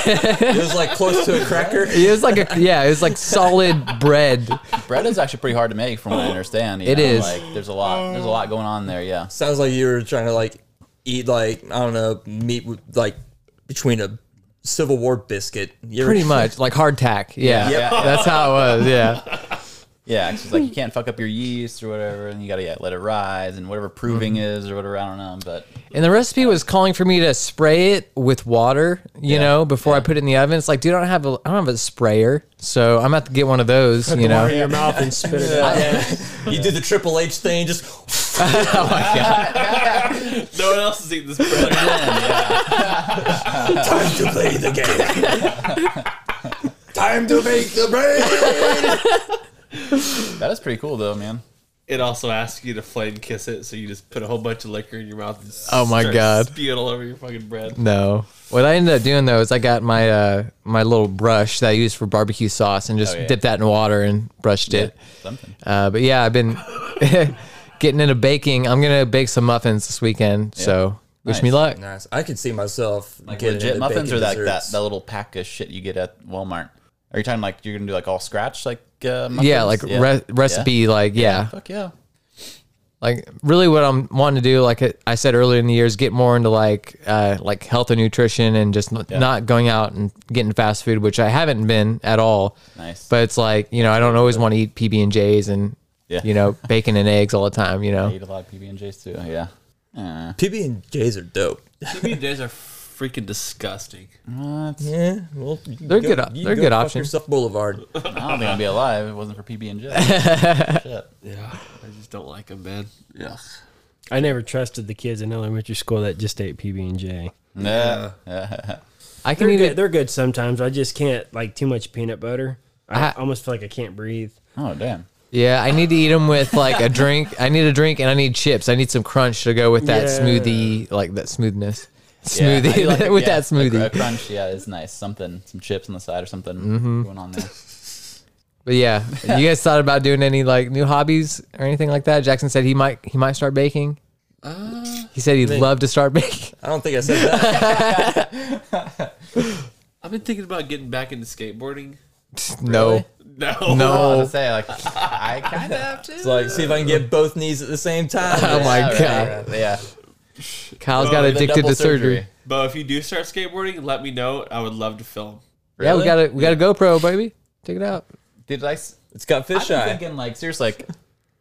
It was like close to a cracker. It was like a yeah, it was like solid bread. Bread is actually pretty hard to make, from what I understand. you Oh. It know, is. Like, there's a lot. There's a lot going on there. Yeah. Sounds like you were trying to like eat like I don't know meat with, like between a Civil War biscuit. You ever- Pretty much like hardtack. Yeah. Yeah. Yeah. That's how it was. Yeah. Yeah, 'cause it's like you can't fuck up your yeast or whatever, and you gotta yeah, let it rise and whatever proving is or whatever. I don't know, but And the recipe was calling for me to spray it with water, you Yeah. know, before I put it in the oven. It's like, dude, I don't have a I don't have a sprayer. So I'm about to get one of those, you know. Your mouth and spit it out. you did the Triple H thing, just No one else is eating this bread. time to play the game. time to make the bread. that is pretty cool though, man. It also asks you to flame kiss it, so you just put a whole bunch of liquor in your mouth. And s- Oh my start God. Spew it all over your fucking bread. No. What I ended up doing though is I got my uh, my little brush that I use for barbecue sauce and just Oh, yeah. dipped that in water and brushed it. Something. Uh, but yeah, I've been getting into baking. I'm gonna bake some muffins this weekend, so wish me Nice. luck. Nice. I could see myself Like getting legit into muffins baking or like that, desserts. that little pack of shit you get at Walmart? Are you talking like you're gonna do like all scratch like uh, muffins? Yeah, like Re- recipe, like yeah. Fuck yeah. like really what I'm wanting to do, like I- I said earlier in the year, is get more into like uh, like health and nutrition and just n- not going out and getting fast food, which I haven't been at all. Nice. But it's like you know I don't always want to eat PB and J's and Yeah. you know bacon and eggs all the time. You I know, eat a lot of PB and J's too. Yeah. Uh, PB and J's are dope. PB J's are freaking disgusting. that's- Yeah, well, you can They're good op- you can they're go good fuck options. Yourself Boulevard. I don't think I'd be alive if it wasn't for PB and J. Shit. Yeah, I just don't like them, man. Yeah. I never trusted the kids in elementary school that just ate PB and J. Yeah. I can They're eat good. it. They're good sometimes. I just can't like too much peanut butter. I I- almost feel like I can't breathe. Oh damn. Yeah, I need to eat them with like a drink. I need a drink and I need chips. I need some crunch to go with that Yeah. smoothie, like that smoothness. Yeah, I Smoothie do like a- with yeah, that smoothie. A, a crunch, yeah, is nice. Something, some chips on the side or something Mm-hmm. going on there. But yeah, you guys thought about doing any like new hobbies or anything like that? Jackson said he might he might start baking. he said he'd love to start baking. I don't think I said that. I've been thinking about getting back into skateboarding. No, No, I was no. gonna say like I kind of have to. Oh. It's like, see if I can get both knees at the same time. Oh my Yeah, right, God. right, yeah. Kyle's got Oh, the addicted double to surgery. surgery. But if you do start skateboarding, let me know. I would love to film. Yeah, we Really? got a we got a GoPro, baby. Take it out. Did I? s- It's got I've been fisheye. thinking like seriously, like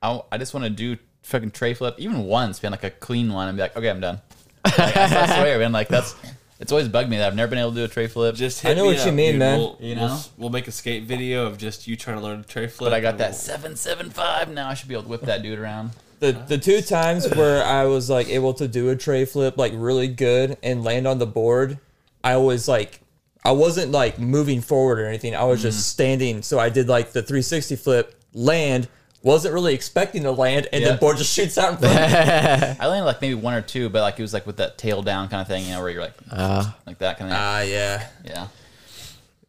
I, I just want to do fucking tray flip, even once, man, like a clean one, and be like, okay, I'm done. Like, I s- I swear, man, like that's it's always bugged me that I've never been able to do a tray flip. Just I hit know me what you up, mean, dude. man. We'll, You we'll know? s- we'll make a skate video of just you trying to learn to tray flip. but I got and that we'll- seven seven five now. I should be able to whip that dude around. The the two times where I was like able to do a tray flip like really good and land on the board, I was like I wasn't like moving forward or anything. I was just standing. So I did like the 360 flip, land, wasn't really expecting to land, and Yeah. the board just shoots out in front of me. I landed like maybe one or two, but like it was like with that tail down kind of thing, you know, where you're like like that kind of Ah, yeah. yeah.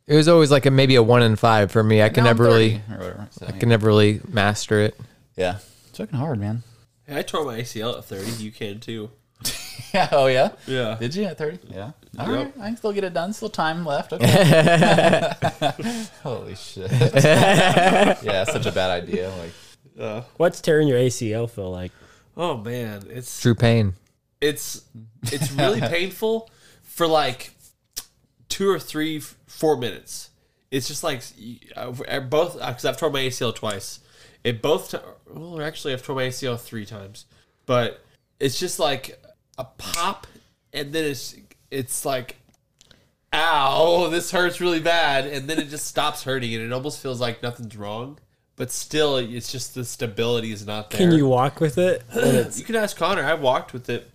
It was always like a maybe a one in five for me. I can Now I'm never really 30 or whatever. So, yeah. can never really master it. yeah, it's fucking hard, man. Hey, I tore my ACL at 30. You can too. Yeah. Oh yeah. Yeah. Did you at 30? Yeah. All right. Yep. I can still get it done. Still time left. Okay. Holy shit. yeah, such a bad idea. Like, What's tearing your ACL feel like? Oh man, it's True pain. it's it's really painful for like two or three f- four minutes it's just like uh, both because i've torn my acl twice it both t- well actually i've torn my acl three times but it's just like a pop and then it's it's like ow this hurts really bad and then it just stops hurting and it almost feels like nothing's wrong but still it's just the stability is not there Can you walk with it? you can ask Connor. I walked with it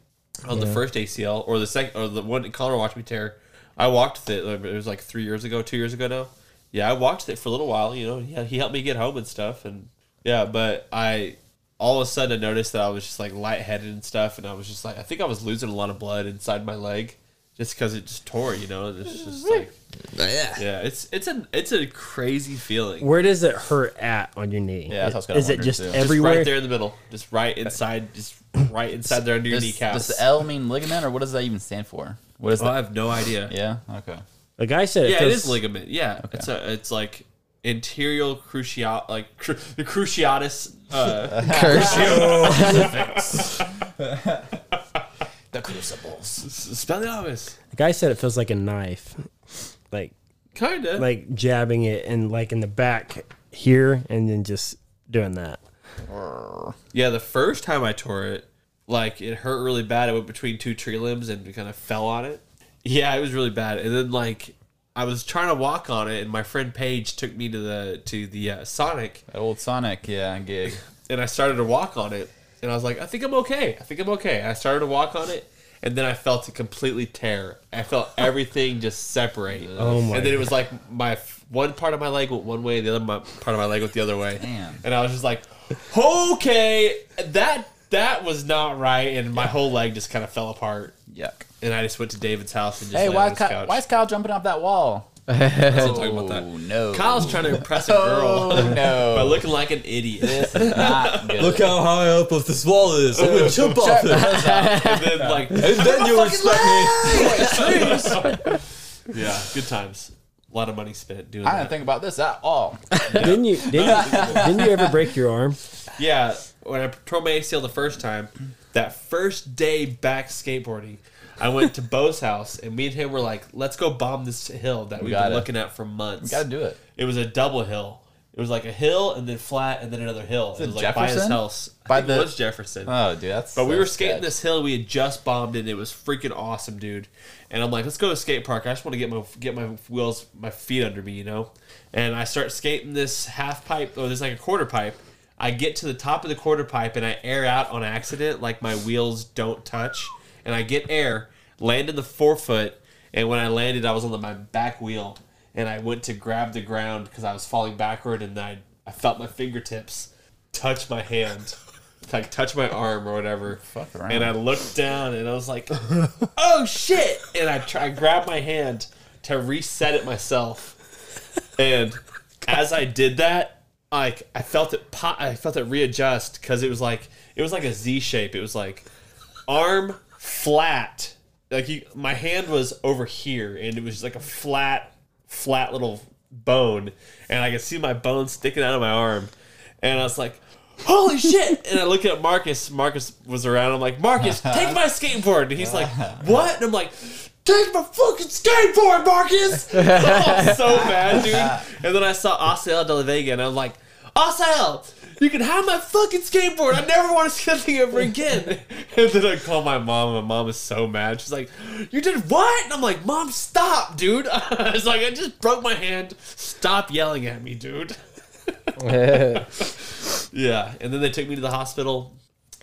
on the first ACL or the second or the one that Connor watched me tear. I walked with it. like, It was like three years ago, two years ago now. Yeah, I walked with it for a little while. You know, yeah, he helped me get home and stuff, and yeah, but I all of a sudden I noticed that I was just like lightheaded and stuff, and I was just like, I think I was losing a lot of blood inside my leg just because it just tore. You know, and it's just like. Yeah, it's it's a it's a crazy feeling. Where does it hurt at on your knee? Yeah, that's what I was gonna is it wonder, just too. Just right Just everywhere? right there in the middle, just right inside, just right inside there under your does, kneecap. does the L mean ligament, or what does that even stand for? What is Oh, I that? have no idea. Yeah, Yeah. Okay. The guy said it feels, it is ligament. Yeah, it's a, it's like anterior cruciate, like cru- the cruciatus. Uh, Curse. The crucibles. s- spell it obvious. The guy said it feels like a knife, like Kinda. Like, like jabbing it and like in the back here, and then just doing that. yeah, the first time I tore it, like it hurt really bad. It went between two tree limbs and kind of fell on it. Yeah, it was really bad. And then like I was trying to walk on it, and my friend Paige took me to the to the uh, Sonic, That old Sonic, yeah, gig. and I started to walk on it, and I was like, I think I'm okay. I think I'm okay. I started to walk on it, and then I felt it completely tear. I felt everything just separate. Oh my And then it was like my f- one part of my leg went one way, and the other my, part of my leg went the other way. Damn. And I was just like, okay, that that was not right, and my whole leg just kind of fell apart. Yuck. And I just went to David's house and just Hey, laid why, on his Ky- couch. why is Kyle jumping off that wall? talking about that. Oh, no. Kyle's trying to impress a girl Oh, by no. looking like an idiot. This is not good. Look how high up of this wall is. I'm gonna jump off it. and then like And then you'll respect me. yeah, good times. A lot of money spent doing I that. didn't think about this at all. Didn't you? Didn't you, didn't you ever break your arm? yeah, when I tore my ACL the first time, that first day back skateboarding, I went to Bo's house and me and him were like, "Let's go bomb this hill that we've been gotta- looking at for months." Gotta do it. It was a double hill. It was like a hill and then flat and then another hill. It was like by his Jefferson? house. I By think it the- was Jefferson. Oh, dude, that's. But we were skating this hill we had just bombed and it was freaking awesome, dude. And I'm like, let's go to a skate park. I just want to get my get my wheels, my feet under me, you know. And I start skating this half pipe, or this like a quarter pipe. I get to the top of the quarter pipe and I air out on accident, like my wheels don't touch, and I get air, land in the forefoot, and when I landed, I was on the, my back wheel, and I went to grab the ground because I was falling backward, and I I felt my fingertips touch my hand, like touch my arm or whatever. Fuck around. And I looked down and I was like, "Oh shit!" And I try I grabbed my hand to reset it myself, and as I did that, like I felt it pop. I felt it readjust because it was like it was like a Z shape. It was like arm flat. Like you, my hand was over here, and it was just like a flat, flat little bone, and I could see my bone sticking out of my arm, and I was like, "Holy shit!" And I look at Marcus. Marcus was around. I'm like, "Marcus, take my skateboard," and he's like, "What?" And I'm like. Take my fucking skateboard, Marcus! I was so mad, dude. And then I saw Osel de la Vega, and I'm like, Osel, you can have my fucking skateboard. I never want to see that thing ever again. And then I call my mom, and my mom is so mad. She's like, You did what? And I'm like, Mom, stop, dude. I was like, I just broke my hand. Stop yelling at me, dude. Yeah. And then they took me to the hospital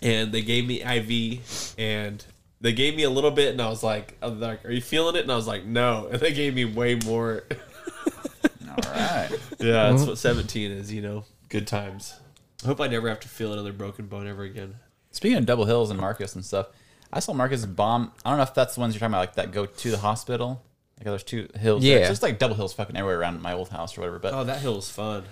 and they gave me IV and they gave me a little bit and I was like, I was like, Are you feeling it? And I was like, No. And they gave me way more. All right. Yeah, Uh-huh. that's what 17 is, you know. Good times. I hope I never have to feel another broken bone ever again. Speaking of double hills and Marcus and stuff, I saw Marcus bomb. I don't know if that's the ones you're talking about, like that go to the hospital. Like there's two hills. there. Yeah. It's just like double hills fucking everywhere around my old house or whatever. But Oh, that hill was fun.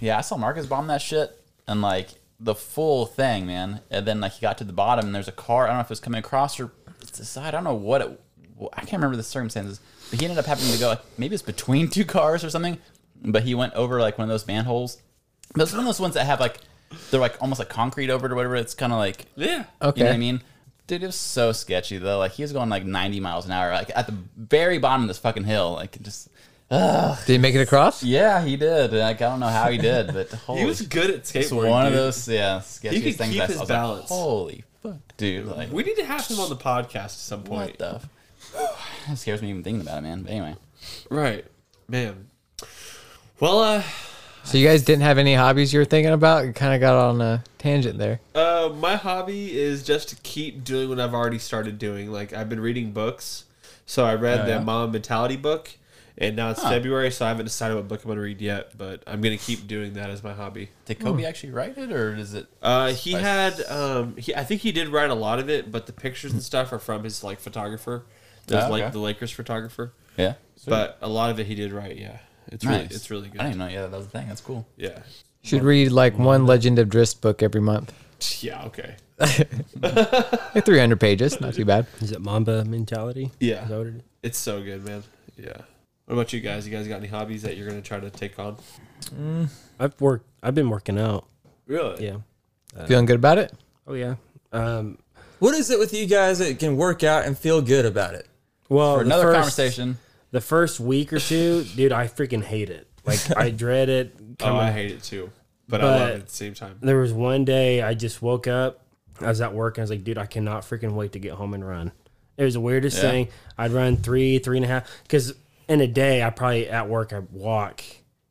yeah, I saw Marcus bomb that shit and like the full thing, man. And then like he got to the bottom and there's a car. I don't know if it was coming across or it's the side. I don't know what it. well, I can't remember the circumstances, but he ended up having to go. Like, maybe it's between two cars or something. But he went over like one of those manholes. But it's one of those ones that have like they're like almost like concrete over it or whatever. It's kind of like Yeah. Okay. you know what I mean? Dude, it was so sketchy though. Like he was going like 90 miles an hour, like at the very bottom of this fucking hill. Like it just Did you make it across? yeah, he did. Like I don't know how he did, but holy, He was good at skateboarding. It's one of dude. those yeah sketchy could things. keep I saw. his I was balance. Like, holy fuck, dude! Like We need to have him on the podcast at some what point. the? F- it scares me even thinking about it, man. But anyway, Right. Man. Well, uh, So you guys didn't have any hobbies you were thinking about? You kind of got on a tangent there. Uh, my hobby is just to keep doing what I've already started doing. Like I've been reading books, so I read the Oh, yeah? Mom Mentality book, and now it's February, so I haven't decided what book I'm going to read yet. But I'm going to keep doing that as my hobby. did Kobe actually write it, or is it? Uh, he Nice. had um, he I think he did write a lot of it, but the pictures and stuff are from his like photographer, the, Oh, like Hmm. okay. the Lakers photographer. yeah, But a lot of it he did write. Yeah, it's really it's really I good. didn't know. Yeah, that was the thing. That's cool. Yeah, Should read like one Legend of Drist book every month. yeah, okay, Like 300 pages, not too bad. Is it Mamba mentality? yeah, Is that what it is? it's so good, man. Yeah. What about you guys? You guys got any hobbies that you're going to try to take on? I've worked. I've been working out. Really? Yeah. Feeling good about it? Oh yeah. Um. What is it with you guys that can work out and feel good about it? Well, For the another first- conversation. The first week or two, dude, I freaking hate it. Like I dread it. Oh, Coming. I hate it too, but, I love But- it at the same time. there was one day I just woke up. I was at work and I was like, dude, I cannot freaking wait to get home and run. It was the weirdest Yeah. thing. I'd run three, three and a half. Because in a day, I probably at work I walk,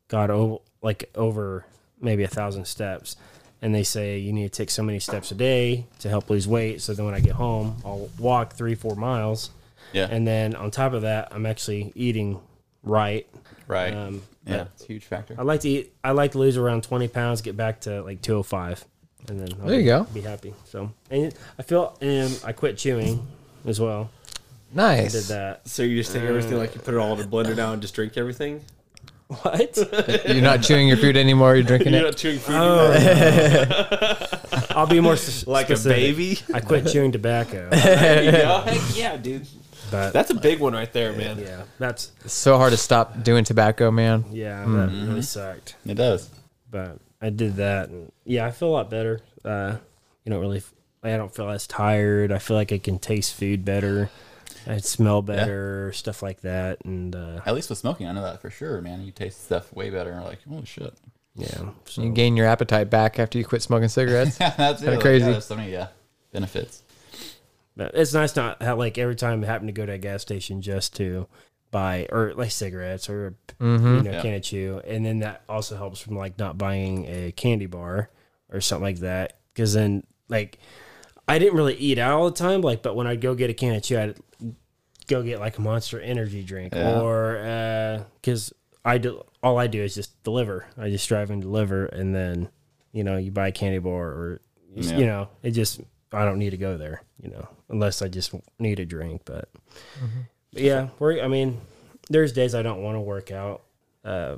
got over like over maybe a thousand steps, and they say you need to take so many steps a day to help lose weight. So then when I get home, I'll walk three, four miles. Yeah. And then on top of that, I'm actually eating right. right. Um, yeah, it's a huge factor. I like to eat. I like to lose around twenty pounds, get back to like two hundred five, and then I'll There you go. Be happy. So, and I feel, and I quit chewing as well. Nice. Did that? So you just take everything, like you put it all in a blender now and just drink everything. What? You're not chewing your food anymore. You're drinking You're it. not chewing food I'll be more s- Oh. like a specific. baby. I quit chewing tobacco. There you go. Heck yeah, dude. But That's a big one right there, man. yeah, that's It's so hard to stop doing tobacco, man. yeah, Mm-hmm. that really sucked. It does. But I did that, and yeah, I feel a lot better. Uh, you know, really, f- I don't feel as tired. I feel like I can taste food better. I smell better, stuff like that, and uh, At least with smoking, I know that for sure, man. You taste stuff way better. and Like, holy shit. yeah. So. You gain your appetite back after you quit smoking cigarettes. That's it. Like, crazy. Yeah, there's so many, yeah, benefits. But it's nice not how like every time I happen to go to a gas station just to buy or like cigarettes or you know Yeah. can of chew, and then that also helps from like not buying a candy bar or something like that because then like I didn't really eat out all the time like but when I'd go get a can of chew I'd go get like a Monster Energy drink Yeah. or because I do all I do is just deliver I just drive and deliver and then you know you buy a candy bar or Yeah. you know it just I don't need to go there you know unless I just need a drink but, Mm-hmm. but yeah we're, I mean there's days I don't want to work out uh,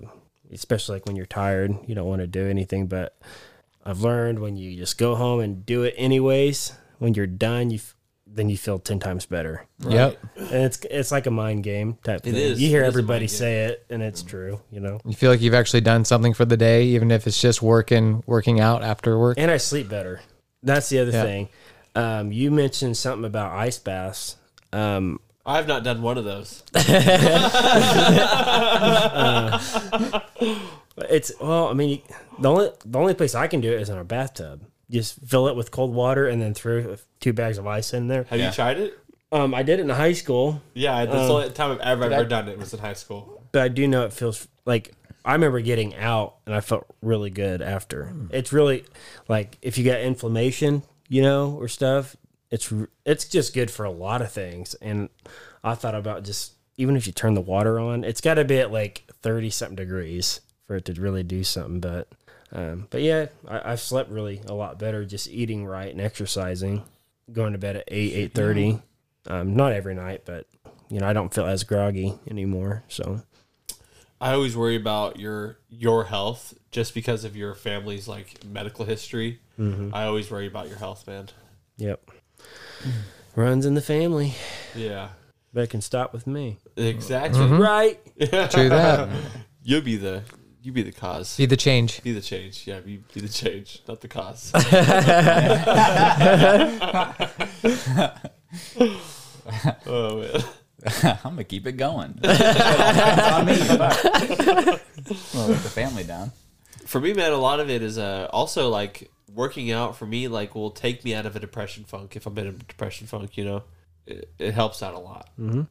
especially like when you're tired you don't want to do anything but I've learned when you just go home and do it anyways when you're done you f- then you feel 10 times better Yep. and it's it's like a mind game type thing. is. You It hear is a everybody mind game. say it, and it's true, you know. You feel like you've actually done something for the day, even if it's just working, working out after work. And I sleep better. That's the other Yeah. thing. Um, you mentioned something about ice baths. Um, I've not done one of those. it's well, I mean, the only the only place I can do it is in a bathtub. Just fill it with cold water and then throw two bags of ice in there. Have Yeah. you tried it? Um, I did it in high school, Yeah, that's the only time I've ever, ever done it was in high school. but I do know it feels like I remember getting out and I felt really good after. It's really like if you got inflammation, you know, or stuff, it's r- it's just good for a lot of things. And I thought about just even if you turn the water on, it's got to be at like thirty something degrees for it to really do something. But um, but yeah, I, I've slept really a lot better just eating right and exercising, going to bed at eight eight thirty. Um, not every night, but you know I don't feel as groggy anymore. So I always worry about your your health just because of your family's like medical history. I always worry about your health, man. Yep. Runs in the family. Yeah. That can stop with me. Mm-hmm. Exactly. Right. True that. You'll be the you be the cause. Be the change. Be the change. Yeah, be, be the change, not the cause. oh man. I'm gonna keep it going. It's on me. Fuck. I'm gonna let the family down. for me, man, a lot of it is uh, also like working out for me, like will take me out of a depression funk if I'm in a depression funk, you know? It, it helps out a lot. Mm.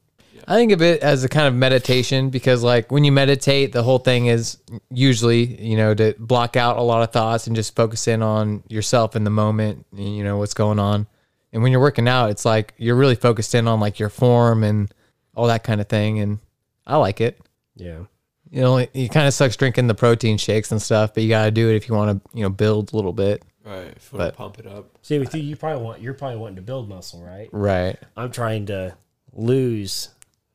I think of it as a kind of meditation because, like, when you meditate, the whole thing is usually, you know, to block out a lot of thoughts and just focus in on yourself in the moment, you know, what's going on. And when you're working out, it's like you're really focused in on like your form and all that kind of thing. And I like it. Yeah. You know, it, it kind of sucks drinking the protein shakes and stuff, but you got to do it if you want to, you know, build a little bit. Right. If you want But- to pump it up. See with you, you probably want you're probably wanting to build muscle, right? Right. I'm trying to lose.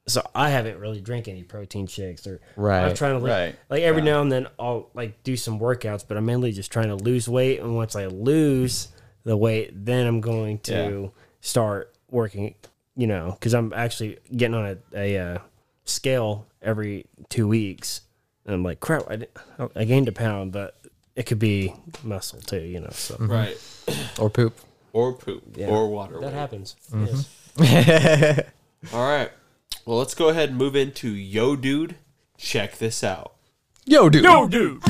So I haven't really drank any protein shakes or I'm Right. trying to li- Right. like every now and then I'll like do some workouts, but I'm mainly just trying to lose weight. And once I lose the weight, then I'm going to start working. You know, because I'm actually getting on a, a uh, scale every two weeks, and I'm like, crap, I, di- I gained a pound, but it could be muscle too. You know, so Right. Or poop. Or poop. Or water. weight. that happens. All right. Well, let's go ahead and move into Yo Dude. Check this out. Yo, dude. Yo, dude.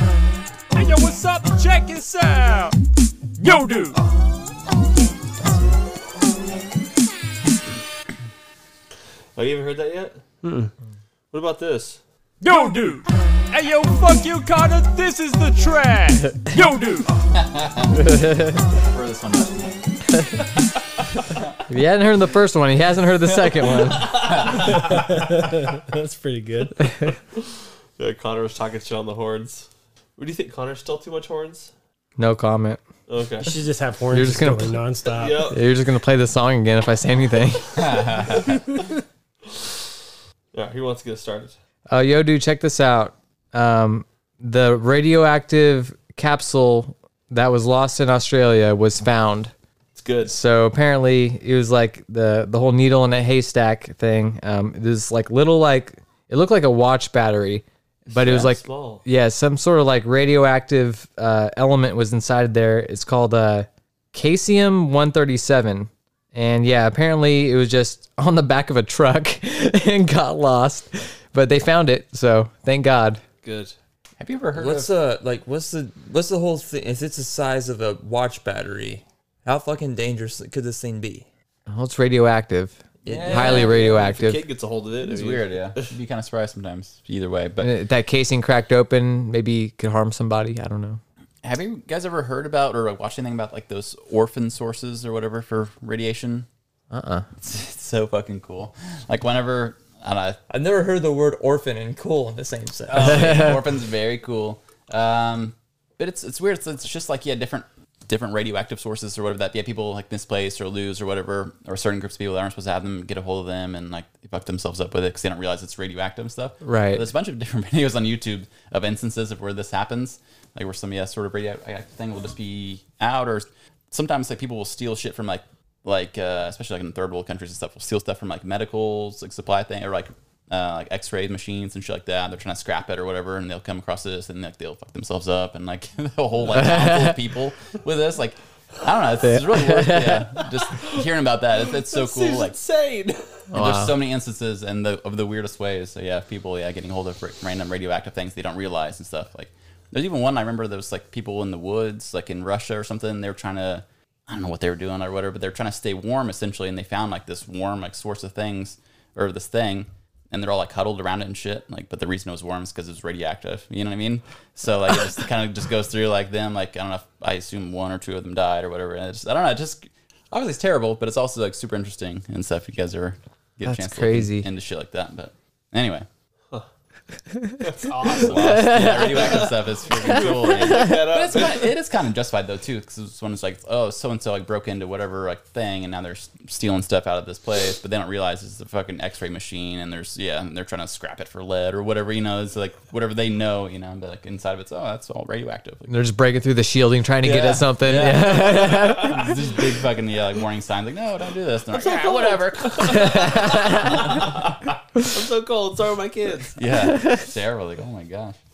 Hey, yo, what's up? Check this out. Yo, dude. Oh, you haven't heard that yet? What about this? Yo, dude. Hey yo, fuck you, Connor. This is the trash. Yo, dude. For this one. If he hadn't heard the first one, he hasn't heard the second one. That's pretty good. Yeah, Connor was talking shit on the horns. What do you think, Connor? Still too much horns? No comment. Okay. You should just have horns You're just gonna going nonstop. Yep. You're just gonna play the song again if I say anything. All right, who wants to get started? Uh, yo, dude, check this out. Um, the radioactive capsule that was lost in Australia was found. It's good. So apparently, it was like the the whole needle in a haystack thing. Um, this like little like it looked like a watch battery, but it was like small. yeah, some sort of like radioactive uh, element was inside there. It's called uh, caesium one thirty seven. And yeah, apparently it was just on the back of a truck and got lost, but they found it. So thank God. Good. Have you ever heard What's of? uh like what's the what's the whole thing? If it's the size of a watch battery, how fucking dangerous could this thing be? Well, it's radioactive, Yeah. highly radioactive. Kid gets a hold of it. I It's mean, weird, yeah. You'd be kind of surprised sometimes, either way. But Uh, that casing cracked open maybe could harm somebody. I don't know. have you guys ever heard about or like, watched anything about like those orphan sources or whatever for radiation? Uh uh It's, it's so fucking cool. Like whenever I don't know, I've never heard the word orphan and cool in the same sentence. Orphan's very cool. Um, but it's it's weird. It's, it's just like yeah, different different radioactive sources or whatever that yeah people like misplaced or lose or whatever or certain groups of people that aren't supposed to have them get a hold of them and like they fuck themselves up with it because they don't realize it's radioactive and stuff. Right. But there's a bunch of different videos on YouTube of instances of where this happens, like where some yeah sort of radioactive thing will just be out or sometimes like people will steal shit from like like uh, especially like in third world countries and stuff will steal stuff from like medicals like supply thing or like uh, like x-ray machines and shit like that they're trying to scrap it or whatever and they'll come across this and like they'll fuck themselves up and like the whole like council of people with this like I don't know. It's, it's really worth yeah. Just hearing about that, it's, it's so cool. Like insane. and there's so many instances and the of the weirdest ways. So yeah, people yeah getting hold of ra- random radioactive things they don't realize and stuff. Like there's even one I remember there was like people in the woods, like in Russia or something. They were trying to I don't know what they were doing or whatever, but they were trying to stay warm essentially, and they found like this warm like source of things or this thing. And they're all like huddled around it and shit. Like, but the reason it was warm is because it was radioactive. You know what I mean? So like, it just kind of just goes through like them. Like, I don't know. if I assume one or two of them died or whatever. And it's, I don't know. It just obviously it's terrible, but it's also like super interesting and stuff. If you guys ever get That's a chance, crazy. to look into shit like that. But anyway, Awesome. yeah, radioactive stuff is freaking cool. man. That up. But it's kind of, it is kind of justified though too, because when it's like, oh, so and so like broke into whatever like thing, and now they're s- stealing stuff out of this place, but they don't realize it's a fucking X-ray machine, and there's yeah, and they're trying to scrap it for lead or whatever, you know, it's like whatever they know, you know, but like inside of it's oh, that's all radioactive. Like, They're just breaking through the shielding, trying to get Yeah. at something. Yeah. there's these big fucking yeah, like warning signs, like no, don't do this. And they're like, "Ah, whatever. I'm so cold. Sorry, my kids. yeah, it's terrible. Like oh my gosh.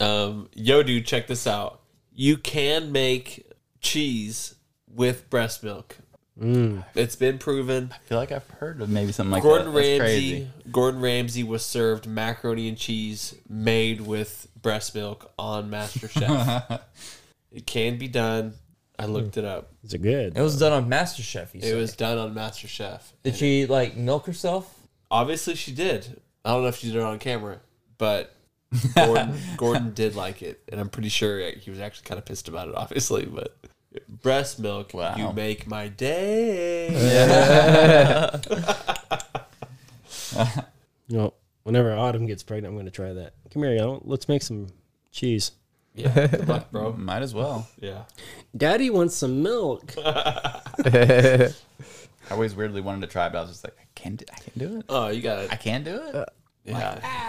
Um, yo, dude, check this out. You can make cheese with breast milk. It's been proven. I feel like I've heard of maybe something like Gordon that. That's Ramsay. crazy. Gordon Ramsay was served macaroni and cheese made with breast milk on MasterChef. it can be done. I looked it up. It's good. It was done on MasterChef. You It said. was done on MasterChef. Did she like milk herself? Obviously, she did. I don't know if she did it on camera, but Gordon, Gordon did like it, and I'm pretty sure he was actually kind of pissed about it. Obviously, but breast milk, Wow. you make my day. You know, whenever Autumn gets pregnant, I'm going to try that. Come here, y'all. Let's make some cheese. Yeah, good luck, bro. Might as well. Yeah, Daddy wants some milk. I always weirdly wanted to try, but I was just like, I can't, do, I can't do it. oh, you I gotta, can't do it. yeah, uh,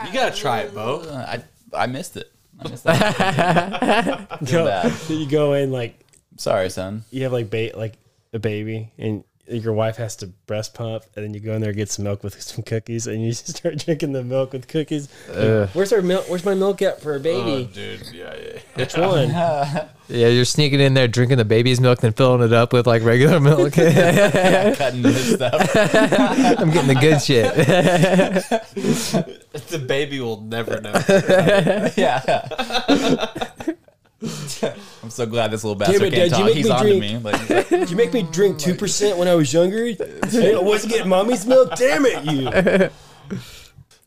you gotta try it, Uh, Bo. I I missed it. I missed that. Feel bad. you go in like Sorry, son. you have like ba- like a baby and your wife has to breast pump and then you go in there and get some milk with some cookies and you just start drinking the milk with cookies. Like, where's our milk? Where's my milk at for a Oh, baby? dude, yeah, yeah. Which one? Yeah, you're sneaking in there, drinking the baby's milk, then filling it up with like regular milk. I'm Cutting this stuff. getting the good shit. The baby will never know. yeah. I'm so glad this little bastard Damn it, can't Dad, you talk. make He's me on to drink. me. Like, Did you make me drink two percent when I was younger? I wasn't getting mommy's milk. Damn it, you!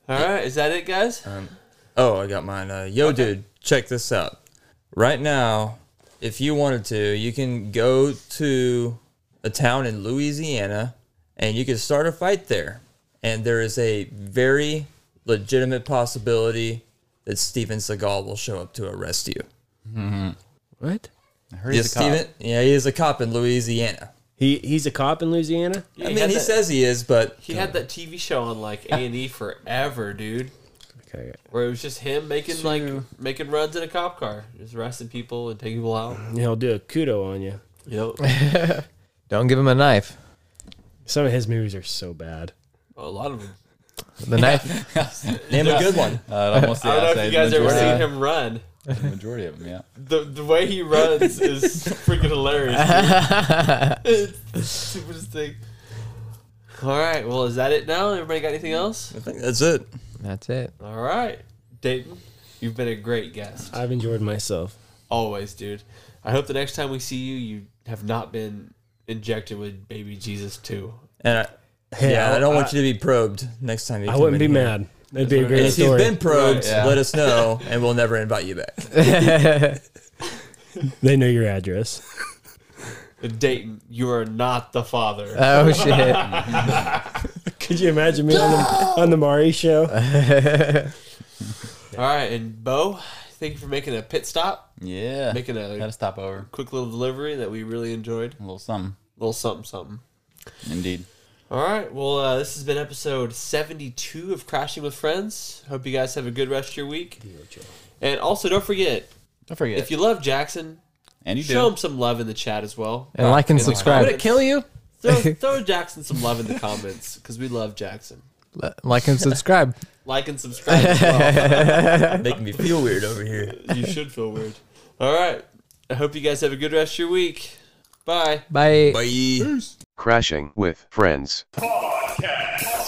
All right, is that it, guys? Oh, I got mine. Uh, yo, dude, check this out. Right now, if you wanted to, you can go to a town in Louisiana and you can start a fight there. And there is a very legitimate possibility that Steven Seagal will show up to arrest you. What? I heard he's Yes, a cop. Steven, yeah, he is a cop in Louisiana. He he's a cop in Louisiana. I He mean, had he that- says he is, but He had that TV show on like A and E forever, dude. Okay. Where it was just him making like making runs in a cop car, just arresting people and taking people out. He'll do a kudo on you. Yep. Don't give him a knife. Some of his movies are so bad. a lot of them. The knife. name a good one. Uh, I'd almost, yeah, I don't know say if you the guys ever majority- seen him run. the majority of them. Yeah. The the way he runs is freaking hilarious. dude. it's the stupidest thing. All right. Well, is that it now? Everybody got anything else? I think that's it. That's it. All right, Dayton. You've been a great guest. I've enjoyed myself. Always, dude. I hope the next time we see you, you have not been injected with baby Jesus too. And I, yeah, I don't want you to be probed next time you. I come wouldn't be in here. mad. That'd be a And great if you've story. been probed, Right, yeah. let us know, and we'll never invite you back. they know your address. And Uh, Dayton, you are not the father. Oh shit. Could you imagine me on the on the Mari show? All right, and Bo, thank you for making a pit stop, Yeah. making Gotta a stop over. quick little delivery that we really enjoyed. A little something. little something, something. Indeed. All right. Well, uh, this has been episode 72 of Crashing with Friends. Hope you guys have a good rest of your week. And also, don't forget Don't forget. if you love Jackson, and you show do. him some love in the chat as well. And like and subscribe. Would it kill you? Throw, throw Jackson some love in the comments because we love Jackson. Like and subscribe. Like and subscribe as well. Making me feel weird over here. you should feel weird. All right. I hope you guys have a good rest of your week. Bye. Bye. Bye. Crashing with Friends. Podcast.